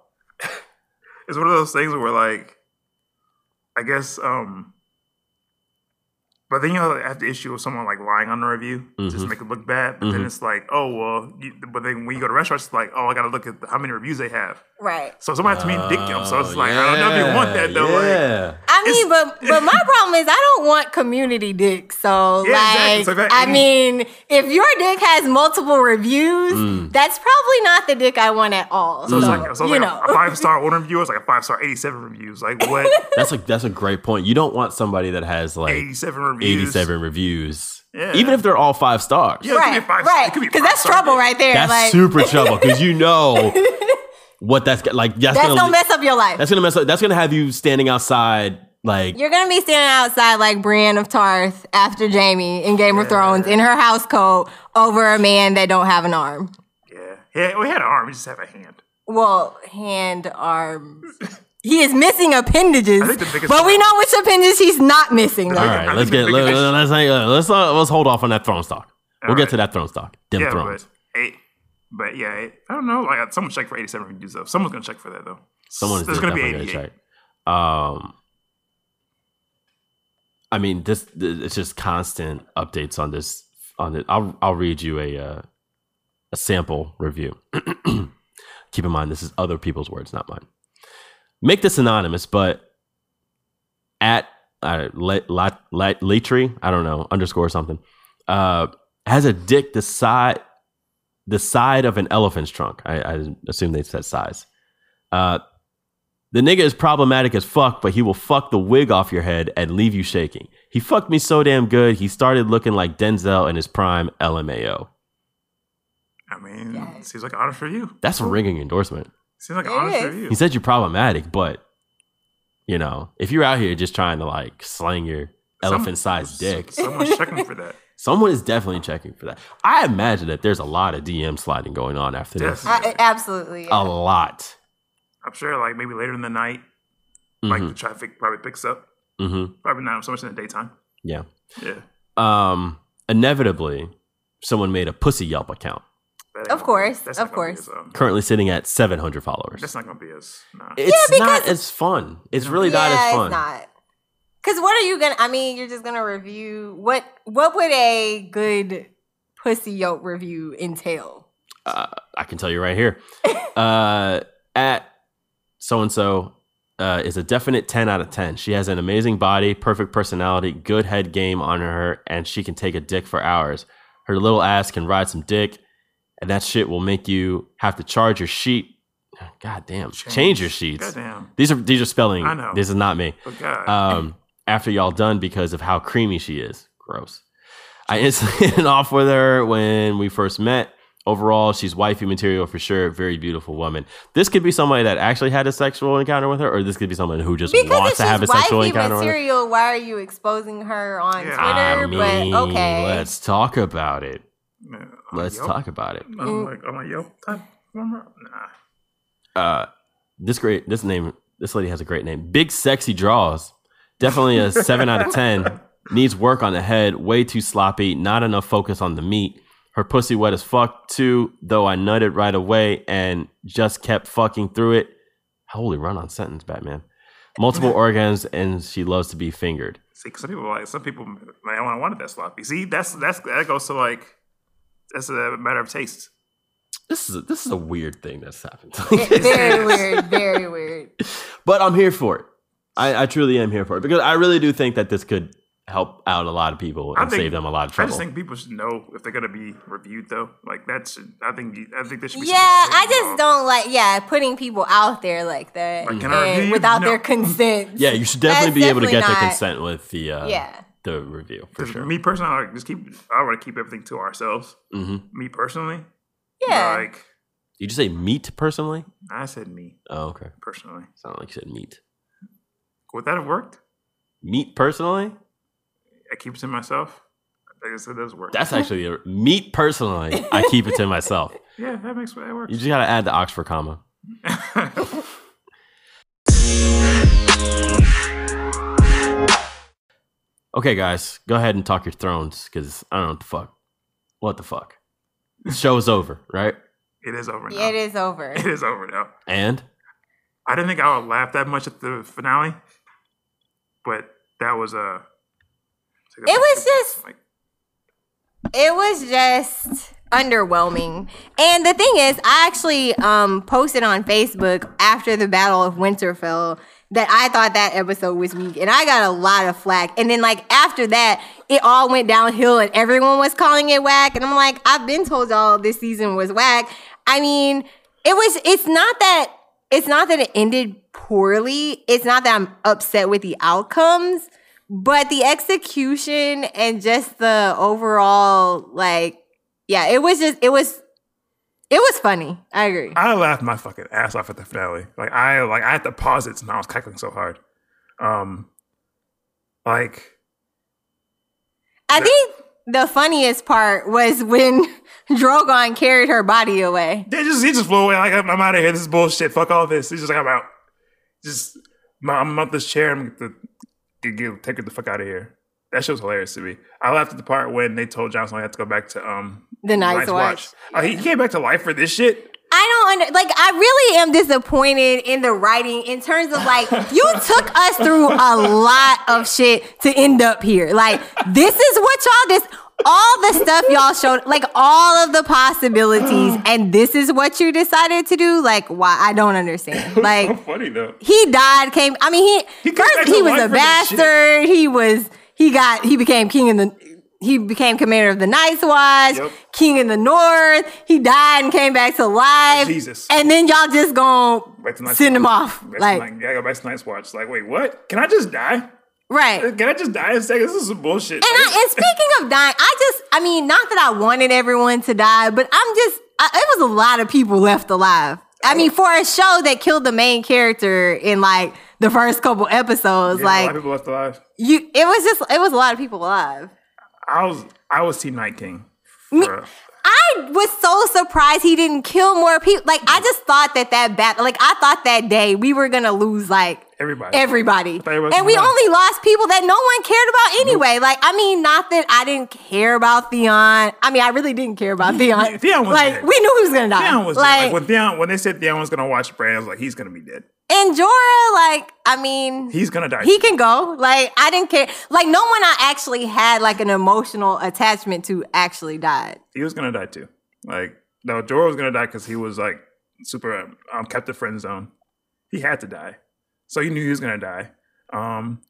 it's one of those things where like I guess um but then you have the issue of someone like lying on the review just to
Mhm.
make it look bad. But then
Mhm.
it's like, oh well. You, but then when you go to restaurants, it's like, oh, I got to look at how many reviews they have.
Right.
So somebody has to mean dick jump. So
Oh,
it's like, I don't know if you want that though. Like,
I mean,
It's-
but but
[laughs]
my problem is I don't want community dick. So
Yeah, exactly.
like,
So that-
I mean, if your dick has multiple reviews,
Mm.
that's probably not the dick I want at all.
so
So,
it's like, so it's
you
like
know,
a, five [laughs] star one review. It's like a five star eighty seven reviews. Like what?
[laughs]
that's a that's a great point. You don't want somebody that has like
eighty seven reviews.
87 reviews,
Yeah.
even if they're all five stars.
it could be
right,
five-
right,
it could be
because that's
five-star
trouble
dick.
right there.
That's
like, [laughs]
super trouble because you know what that's got- like. That's,
that's
gonna,
gonna mess up your life.
That's gonna mess up. That's gonna have you standing outside like
You're gonna be standing outside like Brienne of Tarth after Jamie in Game of Thrones in her house coat over a man that don't have an arm.
Yeah, yeah. We had an arm. We just have a hand.
Well, hand
[coughs]
arms. He is missing appendages,
I think the biggest-
but we know which appendages he's not missing. Though.
All
I
right,
think
let's
the
get let,
biggest-
let's hang- uh, let's uh, let's hold off on that throne stock. We'll
All
get
right.
to that throne stock. Dim
yeah,
thrones.
but eight, but yeah, eight, I don't know. Like someone's check for eighty-seven reviews though. Someone's gonna check for that though.
Someone is
there's gonna be
definitely
eighty-eight.
gonna check. Um, I mean, this th- it's just constant updates on this. On it, I'll I'll read you a uh, a sample review. [clears throat] Keep in mind, this is other people's words, not mine. Make this anonymous, but at uh, Lat- Lat- Lat- Latry, I don't know, underscore something, uh, has a dick the size the side of an elephant's trunk. I, I assume they said size. Uh, the nigga is problematic as fuck, but he will fuck the wig off your head and leave you shaking. He fucked me so damn good, he started looking like Denzel in his prime LMAO.
I mean,
Yeah.
seems like an honest review.
That's a ringing endorsement.
Seems like an
It
honest
is.
review.
He said you're problematic, but you know, if you're out here just trying to like slang your
Some-
elephant sized
s-
dick,
Someone's checking
[laughs]
for that.
someone is definitely checking for that. I imagine that there's a lot of DM sliding going on after this.
Definitely.
I- I- absolutely.
A lot.
I'm sure, like maybe later in the night, like
hmm
the traffic probably picks up.
hmm
Probably not so much in the daytime.
Yeah.
Yeah,
Um, inevitably, someone made a pussy Yelp account.
that ain't
Of
gonna be-
course,
that's
of
not gonna be
course.
as, um,
currently sitting at 700 followers.
that's not gonna be as. Nah.
It's
Yeah,
not
because-
as fun. It's really not
yeah,
as fun.
it's not. Because what are you gonna? I mean, you're just gonna review what? What would a good pussy yolk review entail?
Uh, I can tell you right
[laughs]
here. Uh, at so and so is a definite 10 out of 10. She has an amazing body, perfect personality, good head game on her, and she can take a dick for hours. Her little ass can ride some dick. and that shit will make you have to charge your sheet. God damn, change, your sheets.
Goddamn.
These are these are spelling.
I know.
This is not me.
But God,
Um, after y'all done because of how creamy she is. Gross. I instantly hit it [laughs] off with her when we first met. Overall, she's wifey material for sure. Very beautiful woman. This could be somebody that actually had a sexual encounter with her, or this could be someone who just
Because
wants
it's
to have a
just
sexual
wifey
encounter with her.
material, why are you exposing her on
Yeah.
I
Twitter?
mean,
but okay. [laughs]
let's talk about it.
yeah, I'm
Let's
like, yo.
talk about it.
Mm.
I'm like, I'm like, yo, type warmer. Nah,
Uh, this great, this name, this lady has a great name. Big sexy draws. Definitely
[laughs]
a seven out of ten. Needs work on the head. Way too sloppy. Not enough focus on the meat. Her pussy wet as fuck too. Though I nutted right away and just kept fucking through it. Holy run on sentence, Batman.
[laughs]
Multiple organs and she loves to be fingered.
see, 'cause some people like some people man, I want wanted that sloppy. See, that's that's that goes to like that's a matter of taste.
This is a, this is a weird thing that's happened.
very weird. Very weird.
[laughs] but I'm here for it. I, I truly am here for it because I really do think that this could help out a lot of people
I
and
think-
save them a lot of
I
trouble.
just think people should know if they're gonna be reviewed though. Like that should. I think. you- I think there should be.
Yeah, I just don't like yeah putting people out there like that
Like, can I
and
review you?
without
No.
their consent.
yeah, you should definitely be
That's
able to get the
definitely not-
consent with the uh,
yeah.
the review for
Because
sure.
me personally, I like, just keep. I want to keep everything to ourselves.
hmm
Me personally.
Yeah.
Like
Did you say meat personally?
I said, me
Oh, okay.
personally.
Sounded like you said meat.
Would that have worked?
Meat personally?
I keep it to myself. Like I said, that does work.
That's actually a meat personally. I keep it to myself.
[laughs]
yeah, that makes that works.
You just gotta add the Oxford comma. Okay, guys, go ahead and talk your thrones because I don't know what the fuck. What the fuck? The show is over, right?
[laughs] it is over now.
Yeah, it is over.
[laughs] It is over now.
And
I didn't think I would laugh that much at the finale, but that was a.
It was just-
Like,
It was just underwhelming. And the thing is, I actually um, posted on Facebook after the Battle of Winterfell that I thought that episode was weak. And I got a lot of flack. And then, like, after that, it all went downhill and everyone was calling it whack. And I'm like, I've been told y'all this season was whack. I mean, it was, it's not that. It's not that it ended poorly. It's not that I'm upset with the outcomes but the execution and just the overall like yeah it was just it was it was funny i agree
I laughed my fucking ass off at the finale. Like I like I had to pause it, and I was cackling so hard. Um, like
i think the funniest part was when [laughs] drogon carried her body away
they just he just flew away. Like I'm, I'm out of here. This is bullshit. Fuck all this. He's just like I'm out. Just my, I'm out this chair. I'm gonna get, get, take it the fuck out of here. That shit was hilarious to me. I laughed at the part when they told Johnson I had to go back to um
the night's
Night's
watch
Oh, he he came back to life for this shit.
I don't under, like. I really am disappointed in the writing in terms of like you took us through a lot of shit to end up here. Like this is what y'all this all the stuff y'all showed like all of the possibilities and this is what you decided to do. Like why I don't understand.
so
Like
funny though.
he died came i mean he,
came back
first
to
he was
life
a
for that shit.
bastard he was he got he became king in the he became commander of the Night's Watch,
Yep.
king in the North. He died and came back to life.
Oh, Jesus.
And then y'all just gonna
Back to Night's
send him
Watch.
off.
Back to
like,
Night- yeah, I go back to Night's Watch. Like, wait, what? Can I just die?
right.
Can I just die in a second? This is some bullshit.
And, I, and speaking of dying, I just, I mean, not that I wanted everyone to die, but I'm just, I, it was a lot of people left alive.
Oh.
I mean, for a show that killed the main character in like the first couple episodes,
Yeah, a lot
like
of people left alive.
you, it was just, it was a lot of people alive.
I was I was Team Night King. For,
I was so surprised he didn't kill more people. Like I just thought that that battle, like I thought that day we were gonna lose like
Everybody.
everybody,
thought everybody was
and we
gonna die.
only lost people that no one cared about anyway. Like I mean, not that I didn't care about Theon. I mean, I really didn't care about Theon.
Theon was
like
dead.
we knew he was gonna die.
Theon was
like,
like, like when Theon when they said Theon was gonna watch Bran, I was like, he's gonna be dead.
and Jorah, like I mean,
He's gonna die.
he can go. Like I didn't care. Like no one I actually had like an emotional attachment to actually died.
he was gonna die too. Like no, Jorah was gonna die because he was like super um, um, kept the friend zone. He had to die, so you knew he was gonna die. Um,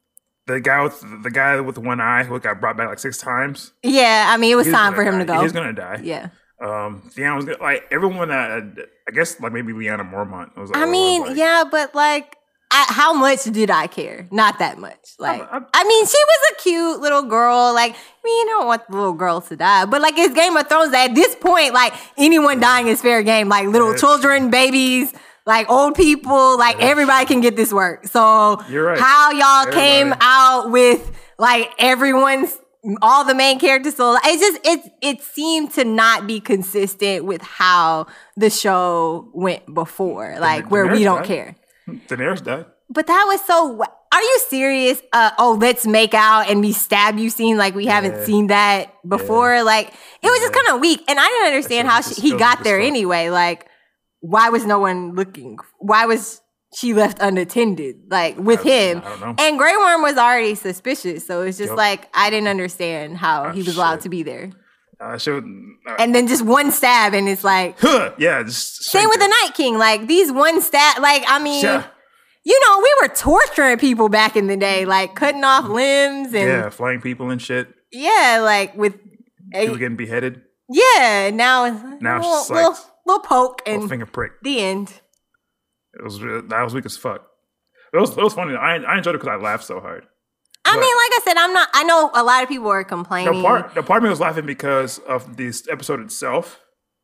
the guy with the guy with one eye who got brought back like six times.
Yeah, I mean, it was
he was
time
gonna
for him
die.
to go.
He was gonna die.
yeah.
Um, Theon was good. like everyone. Uh, I guess like maybe Leanna Mormont was.
I
was
mean,
like-
yeah, but like, I, how much did I care? Not that much. Like,
I-
I, mean, she was a cute little girl. Like, I mean, you don't want the little girls to die, but like, it's Game of Thrones. At this point, like, anyone dying is fair game. Like, little
That's
children, babies. Like old people, like everybody can get this work. So
You're right.
how y'all came
Everybody.
out with like everyone's all the main characters. So it just it it seemed to not be consistent with how the show went before, like where we
Daenerys
don't
died.
care.
Daenerys died.
But that was so. wa- Are you serious? Uh, oh, let's make out and we stab you scene like we haven't seen that before. Like it was just kind of weak, and I didn't understand
shit
how
was
she,
just
he
filthy
got
as
there
fuck.
anyway. Like why was no one looking? Why was she left unattended? Like with him,
I don't know.
and Grey Worm was already suspicious, so it's just
Yup. Ah,
like I didn't understand how he was
shit.
allowed to be there.
Uh, she was, uh,
And then just one stab, and it's like
huh, yeah. Just
same with the Night King. Like these one stab, like I mean,
Yeah,
you know, we were torturing people back in the day, like cutting off limbs
yeah,
and
flying people and shit.
yeah, like with
People getting beheaded.
yeah. Now it's like,
Now it's
little,
just like-
little, little poke
Little
and
finger prick.
the end.
It was real- that was weak as fuck. It was, it was funny. I, I enjoyed it because I laughed so hard.
I
Right.
mean, like I said, I'm not. I know a lot of people are
The
complaining.
part, the part of me was laughing because of this episode itself,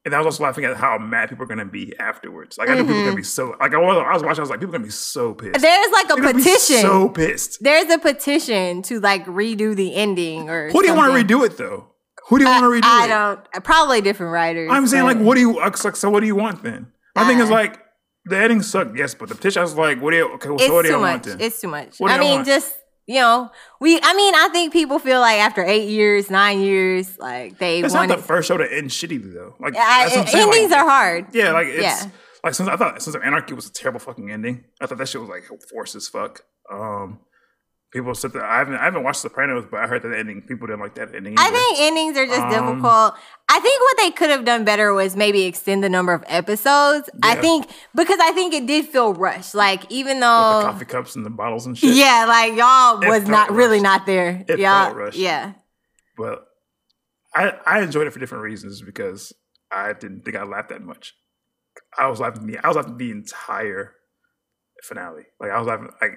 and I was also laughing at how mad people are gonna be afterwards. Like I knew people were gonna be so like I was, I was watching. I was like, people are gonna be so pissed.
There's like Mm-hmm. a
They're gonna be
petition.
so pissed.
There's a petition to like redo the ending or
Who do you want
something.
to redo it though? Who do you want to redo?
I
it?
don't. Probably different writers.
I'm saying
but-
like, what do you? it's Like, so what do you want then? My thing is
Uh.
like, the editing sucked. Yes, but the petition. I was like, what do you? Okay, well,
It's
so what do
too
you
much.
want then?
It's too much.
What do
I
y'all
mean,
want?
just you know, we. I mean, I think people feel like after eight years, nine years, like they
That's not
want.
the first show to end shittily though. Like that's what I'm saying, like-
e, Endings are hard.
Yeah, like it's
Yeah.
like since I thought since Anarchy was a terrible fucking ending. I thought that shit was like forced as fuck. Um, people said that I haven't I haven't watched Sopranos, but I heard that ending people didn't like that ending.
I
either.
think endings are just
Um,
difficult. I think what they could have done better was maybe extend the number of episodes. I
Yeah.
think because I think it did feel rushed. Like even
the
though,
coffee cups and the bottles and shit.
oh. yeah, like y'all
It
was
felt
not really
rushed.
not there.
It
y'all,
felt rushed.
yeah.
but I I enjoyed it for different reasons because I didn't think I laughed that much. I was laughing the I was laughing the entire finale. Like I was laughing like.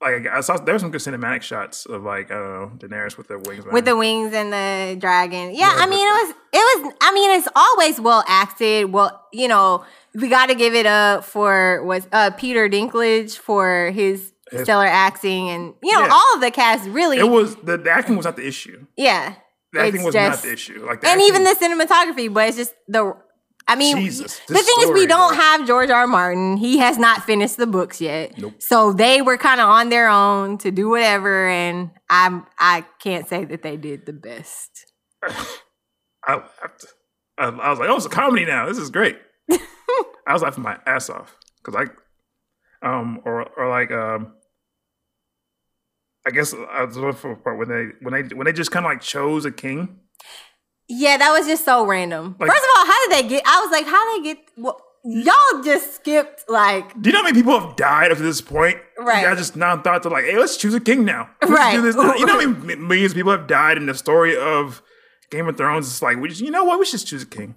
Like I saw, there were some good cinematic shots of like I don't know Daenerys with her
with
wings. behind her.
the wings and the dragon. Yeah,
Yeah,
I mean it was it was I mean it's always well acted. Well, you know, we got to give it up for was uh Peter Dinklage for his,
His-
stellar acting and you know
Yeah.
all of the cast really
it was the, the acting was not the issue.
yeah.
The acting
It's
was not
just-
the issue. Like the
And
acting-
even the cinematography, but it's just the I mean,
Jesus,
the
this
thing is,
story,
we don't
bro.
have George R. R. Martin. He has not finished the books yet,
Nope.
so they were kind of on their own to do whatever. And I'm, I can't say that they did the best.
I laughed. I, I was like, oh, it's a comedy now. This
[laughs]
is great. I was laughing my ass off because I, um, or or like um, I guess I was looking for a part when they when they when they just kind of like chose a king.
Yeah, that was just so random.
Like-
First of all, how did they get? I was like, how did they get? Well, y'all just skipped like
Do you know how many people have died up to this point?
Right.
I just now thought to like, hey, let's choose a king now. Let's
Right.
do this now. You know
[laughs]
how many m- millions of people have died in the story of Game of Thrones? It's like, we just, you know what? We should just choose a king.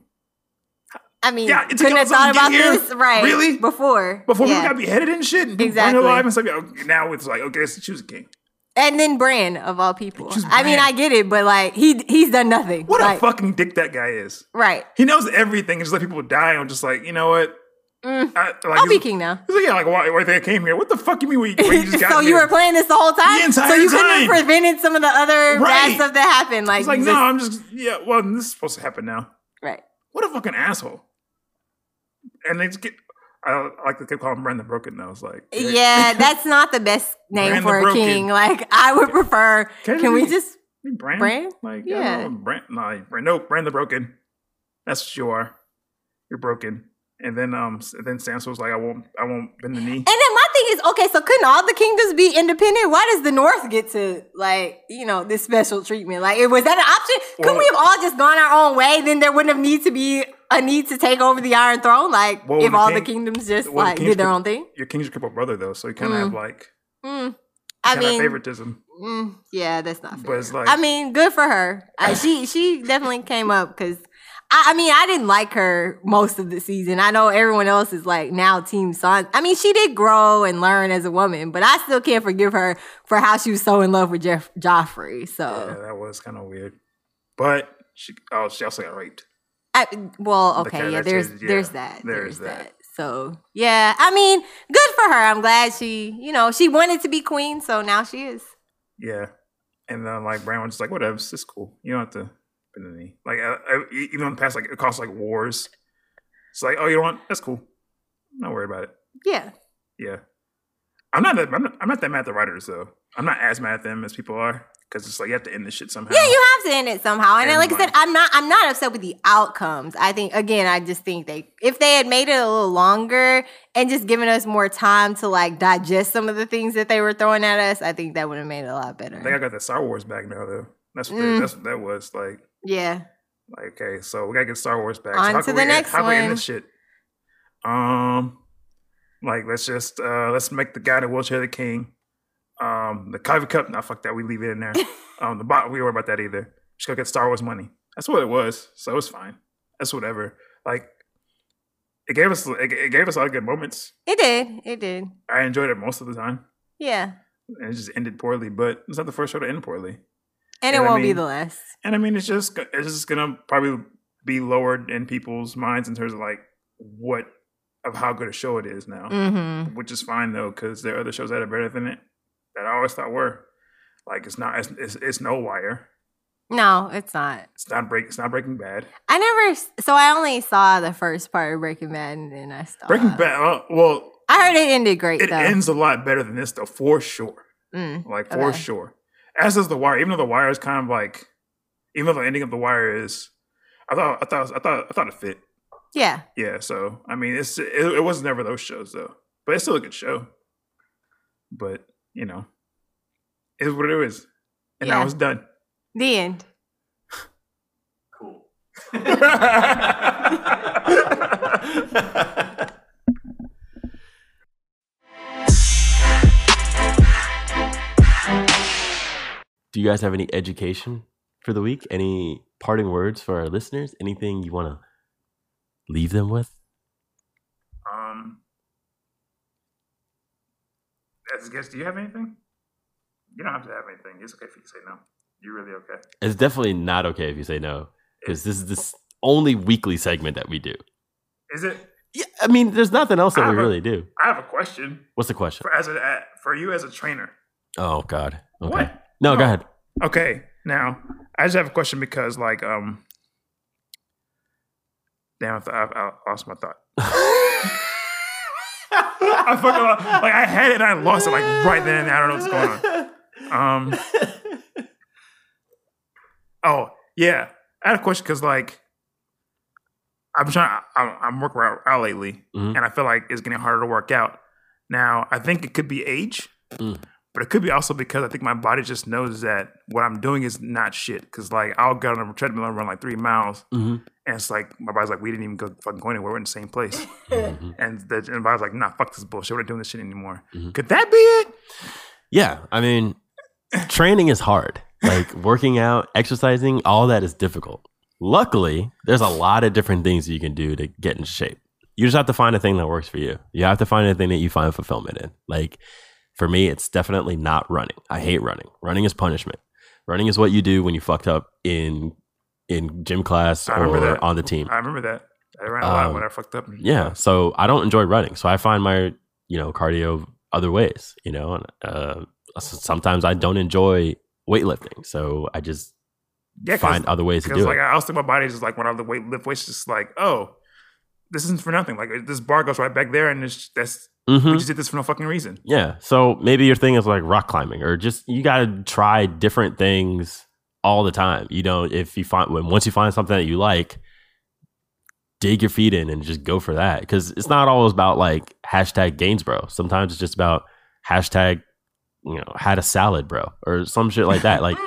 I mean,
Yeah, it took
couldn't
y'all
have
so long
thought
to get
about
here?
this right
Really?
before
Before
yeah.
people got beheaded and shit, and people burned
Exactly.
alive and stuff. yeah, okay, Now it's like, okay, let's choose a king.
and then Bran of all people.
Just
I mean,
Bran.
I get it, but like he he's done nothing.
What
Like,
a fucking dick that guy is.
Right,
He knows everything and just let people die. I'm just like, you know what?
Mm.
I, like,
I'll be
he's-
king now.
He's like, yeah, like why, why they came here? What the fuck you mean? We, we
[laughs]
just got
so you
here?
were playing this the whole time.
entire
so you couldn't have
time.
prevented some of the other
Right.
bad stuff that happened. Like,
It's like,
you
no,
just-
I'm just yeah. Well, this is supposed to happen now.
right.
What a fucking asshole. And they just get. I, I like to keep calling Brandon Broken. though. It's like, [laughs]
Yeah, that's not the best name
Bran the
for a
Broken.
king. Like, I would prefer.
Can
Can we
we-
just
Hey, Brand?
Brand?
Like,
Yeah.
yeah. Brand, nah, Brand, no, Brand the Broken. That's what you are. You're broken. And then um s- then Sansa was like, I won't I won't bend the knee.
And then my thing is, okay, so couldn't all the kingdoms be independent? Why does the North get to like, you know, this special treatment? Like, it- was that an option? Couldn't
Well-
we have all just gone our own way? Then there wouldn't have need to be a need to take over the Iron Throne. Like,
Well,
if
the
all the
king-
kingdoms just
well, the
like
kings
did their
could-
own thing.
Your king's your crippled brother though, so you kinda have like
Mm. I
kind of
mean,
favoritism.
mm, yeah, that's not
But
fair.
it's like-
I mean, good for her. Uh, she she definitely came up because I, I mean, I didn't like her most of the season. I know everyone else is like now Team Son. I mean, she did grow and learn as a woman, but I still can't forgive her for how she was so in love with Jeff Joffrey.
Yeah,
So,
that was kind of weird. But she, oh, she also got raped.
I, well,
The
okay, yeah,
Kardashians,
there's
yeah,
there's that,
there's
there's,
that.
that. So, yeah, I mean, good for her. I'm glad she, you know, she wanted to be queen, so now she is.
Yeah. And then like Brown was just like, whatever, it's cool. You don't have to bend the knee. Like I, I, e- even in the past, like it caused like wars. It's like, oh, you don't want? That's cool. I'm not worried about it.
Yeah,
Yeah. I'm not, that, I'm not. I'm not that mad at the writers though. I'm not as mad at them as people are because it's like you have to end this shit somehow.
yeah, you have to end it somehow. And,
And
like I said,
like-
I'm not I'm not upset with the outcomes. I think again, I just think they if they had made it a little longer and just given us more time to like digest some of the things that they were throwing at us, I think that would have made it a lot
I think I
better.
got the Star Wars back now though. That's what
Mm.
that's what that was like.
Yeah.
Like, okay, so we gotta get Star Wars back.
On
so how
to
can
the
we
next
end, how Can we end
one.
this shit? Um, like let's just uh let's make the guy in the wheelchair the king. Um, the Kyver Cup. Nah, fuck that. We leave it
[laughs]
in there. um, the bot. We don't worry about that either. Just go get Star Wars money. That's what it was. So it's fine. That's whatever. Like, it gave us it, it gave us a lot of good moments.
It did. It did.
I enjoyed it most of the time,
Yeah.
and it just ended poorly. But it's not the first show to end poorly.
And
You
it
know what I
won't be
mean?
the last.
And I mean, it's just it's just gonna probably be lowered in people's minds in terms of like what of how good a show it is now,
Mm-hmm.
which is fine though because there are other shows that are better than it that I always thought were. Like it's not it's it's, it's no wire.
No, it's not.
It's not break. It's not Breaking Bad.
I never s- so I only saw the first part of Breaking Bad and then I stopped.
Breaking Bad. Uh, well,
I heard it ended great
it
Oh, though.
ends a lot better than this though, for sure.
Mm.
Like for
Okay.
sure. As is the wire. Even though the wire is kind of like, even though the ending of the wire is, I thought I thought I thought I thought it fit.
Yeah.
Yeah, so I mean, it's it, it was never those shows though, but it's still a good show. But you know, it's what it is, and now
Yeah.
it's done.
The end.
Cool. Do you guys have any education for the week? Any parting words for our listeners? Anything you want to leave them with?
Um, as a guest, do you have anything? You don't have to have anything. It's okay if you say no. You're really okay.
It's definitely not okay if you say no, because this is this only weekly segment that we do.
Is it?
Yeah, I mean, there's nothing else that
I
we
have a-
really do.
I have a question
What's the question?
for as a a- for you as a trainer.
Oh God. Okay.
What?
No, go
No.
ahead.
Okay, now I just have a question because, like, um, damn, I, th- I, I lost my thought. I fucking lost, like I had it and I lost it like right then and there. I don't know what's going on. Um, oh yeah, I had a question because like I'm trying, I'm, I'm working out, out lately,
Mhm.
and I feel like it's getting harder to work out. Now I think it could be age,
Mm.
but it could be also because I think my body just knows that what I'm doing is not shit. Because like I'll get on a treadmill and run like three miles,
Mhm.
and it's like my body's like, we didn't even go fucking go anywhere. We're in the same place.
[laughs] Mhm.
And the and I was like, nah, fuck this bullshit. We're not doing this shit anymore.
Mhm.
Could that be it?
Yeah, I mean, training is hard.
[laughs]
Like working out, exercising, all that is difficult. Luckily, there's a lot of different things you can do to get in shape. You just have to find a thing that works for you. You have to find a thing that you find fulfillment in. Like for me, it's definitely not running. I hate running. Running is punishment. Running is what you do when you fucked up in in gym class
I remember
or
that.
on the team.
I remember that. I ran a lot
Um,
when I fucked up.
yeah so i don't enjoy running so i find my you know cardio other ways you know and uh s- sometimes i don't enjoy weightlifting so i just
yeah,
find other ways to
because
do
like
it
I also think my body is just like when I weight lift weights, just like oh, this isn't for nothing. Like this bar goes right back there, and it's, that's we
hmm
just did this for no fucking reason.
yeah so maybe your thing is like rock climbing or just you gotta try different things all the time you know if you find when once you find something that you like dig your feet in and just go for that because it's not always about like hashtag gains bro sometimes it's just about hashtag you know had a salad bro or some shit like that
[laughs]
like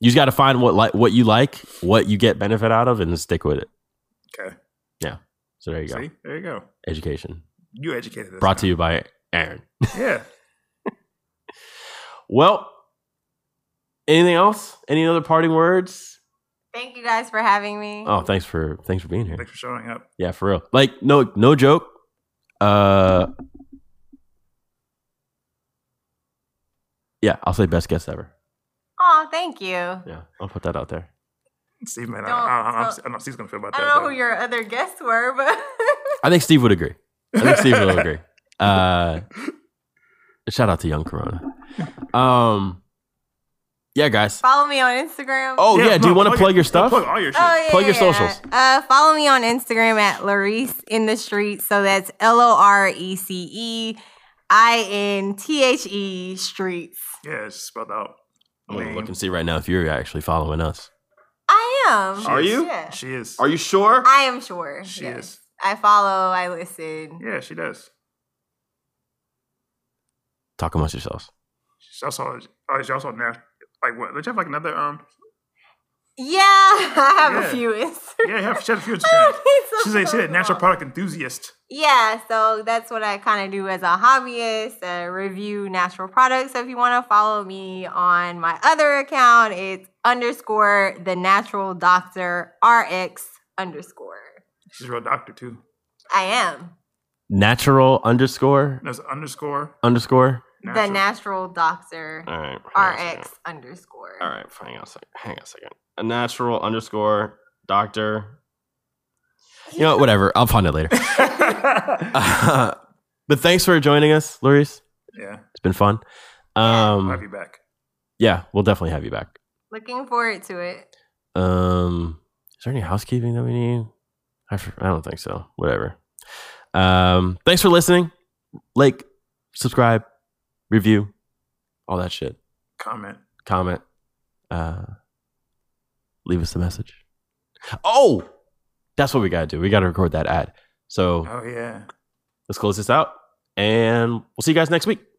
you just got to find what like what you like what you get benefit out of and then stick with it
Okay,
so there you go
see, there you go.
education
You educated us.
brought to you by aaron
Yeah,
well anything else any other parting words
Thank you guys for having me.
Oh, thanks for thanks for being here.
Thanks for showing up.
Yeah, for real. Like no no joke. Uh Yeah, I'll say best guest ever.
Oh, thank you.
Yeah, I'll put that out there.
Steve, man, I,
Don't-
I, I,
don't-
I know Steve's gonna feel about
I
that.
don't know
though.
who your other guests were, but [laughs]
I think Steve would agree. I think Steve will
[laughs]
agree. Uh shout out to Young Corona. Um Yeah, guys.
follow me on Instagram.
Oh yeah, do
no,
you want to
plug
plug
it-
your stuff?
Plug all your shit.
Oh, yeah,
Plug your
yeah,
socials.
yeah. Uh, follow me on Instagram at Larice in the Street. So that's L O R E C E I N T H E Streets.
Yeah, it's spelled out.
I'm gonna look and see right now if you're actually following us.
I am.
Are you?
Yeah.
She is.
Are you sure?
I am sure.
She
yes.
is.
I follow. I listen.
Yeah, she does.
Talk amongst yourselves.
She's also, oh, she's also now, like, what? Did you have like another, um,
Yeah, [laughs] I have
Yeah.
a few Instagrams.
yeah, you have, she had
[laughs]
a few
I
Instagrams.
don't need
She's
so
a, she's a
many.
natural product enthusiast.
Yeah, so that's what I kind of do as a hobbyist, uh, review natural products. So if you want to follow me on my other account, it's underscore the natural doctor RX underscore.
She's a real doctor, too.
I am
Natural underscore
There's underscore.
underscore.
the natural doctor
All right.
RX underscore.
All right, hang on a second. Hang on a second. A natural underscore doctor. You know, what, whatever. I'll find it [laughs] later. but thanks for joining us, Luis.
[laughs] yeah,
It's been fun.
I'll have you
Um,
back.
yeah, we'll definitely have you back.
Looking forward to it.
Um, is there any housekeeping that we need? I, f- I don't think so. Whatever. Um, thanks for listening. Like, subscribe, review, all that shit.
Comment.
comment, uh, leave us a message. Oh, that's what we gotta do. We gotta record that ad. So
Oh, yeah.
let's close this out, and we'll see you guys next week.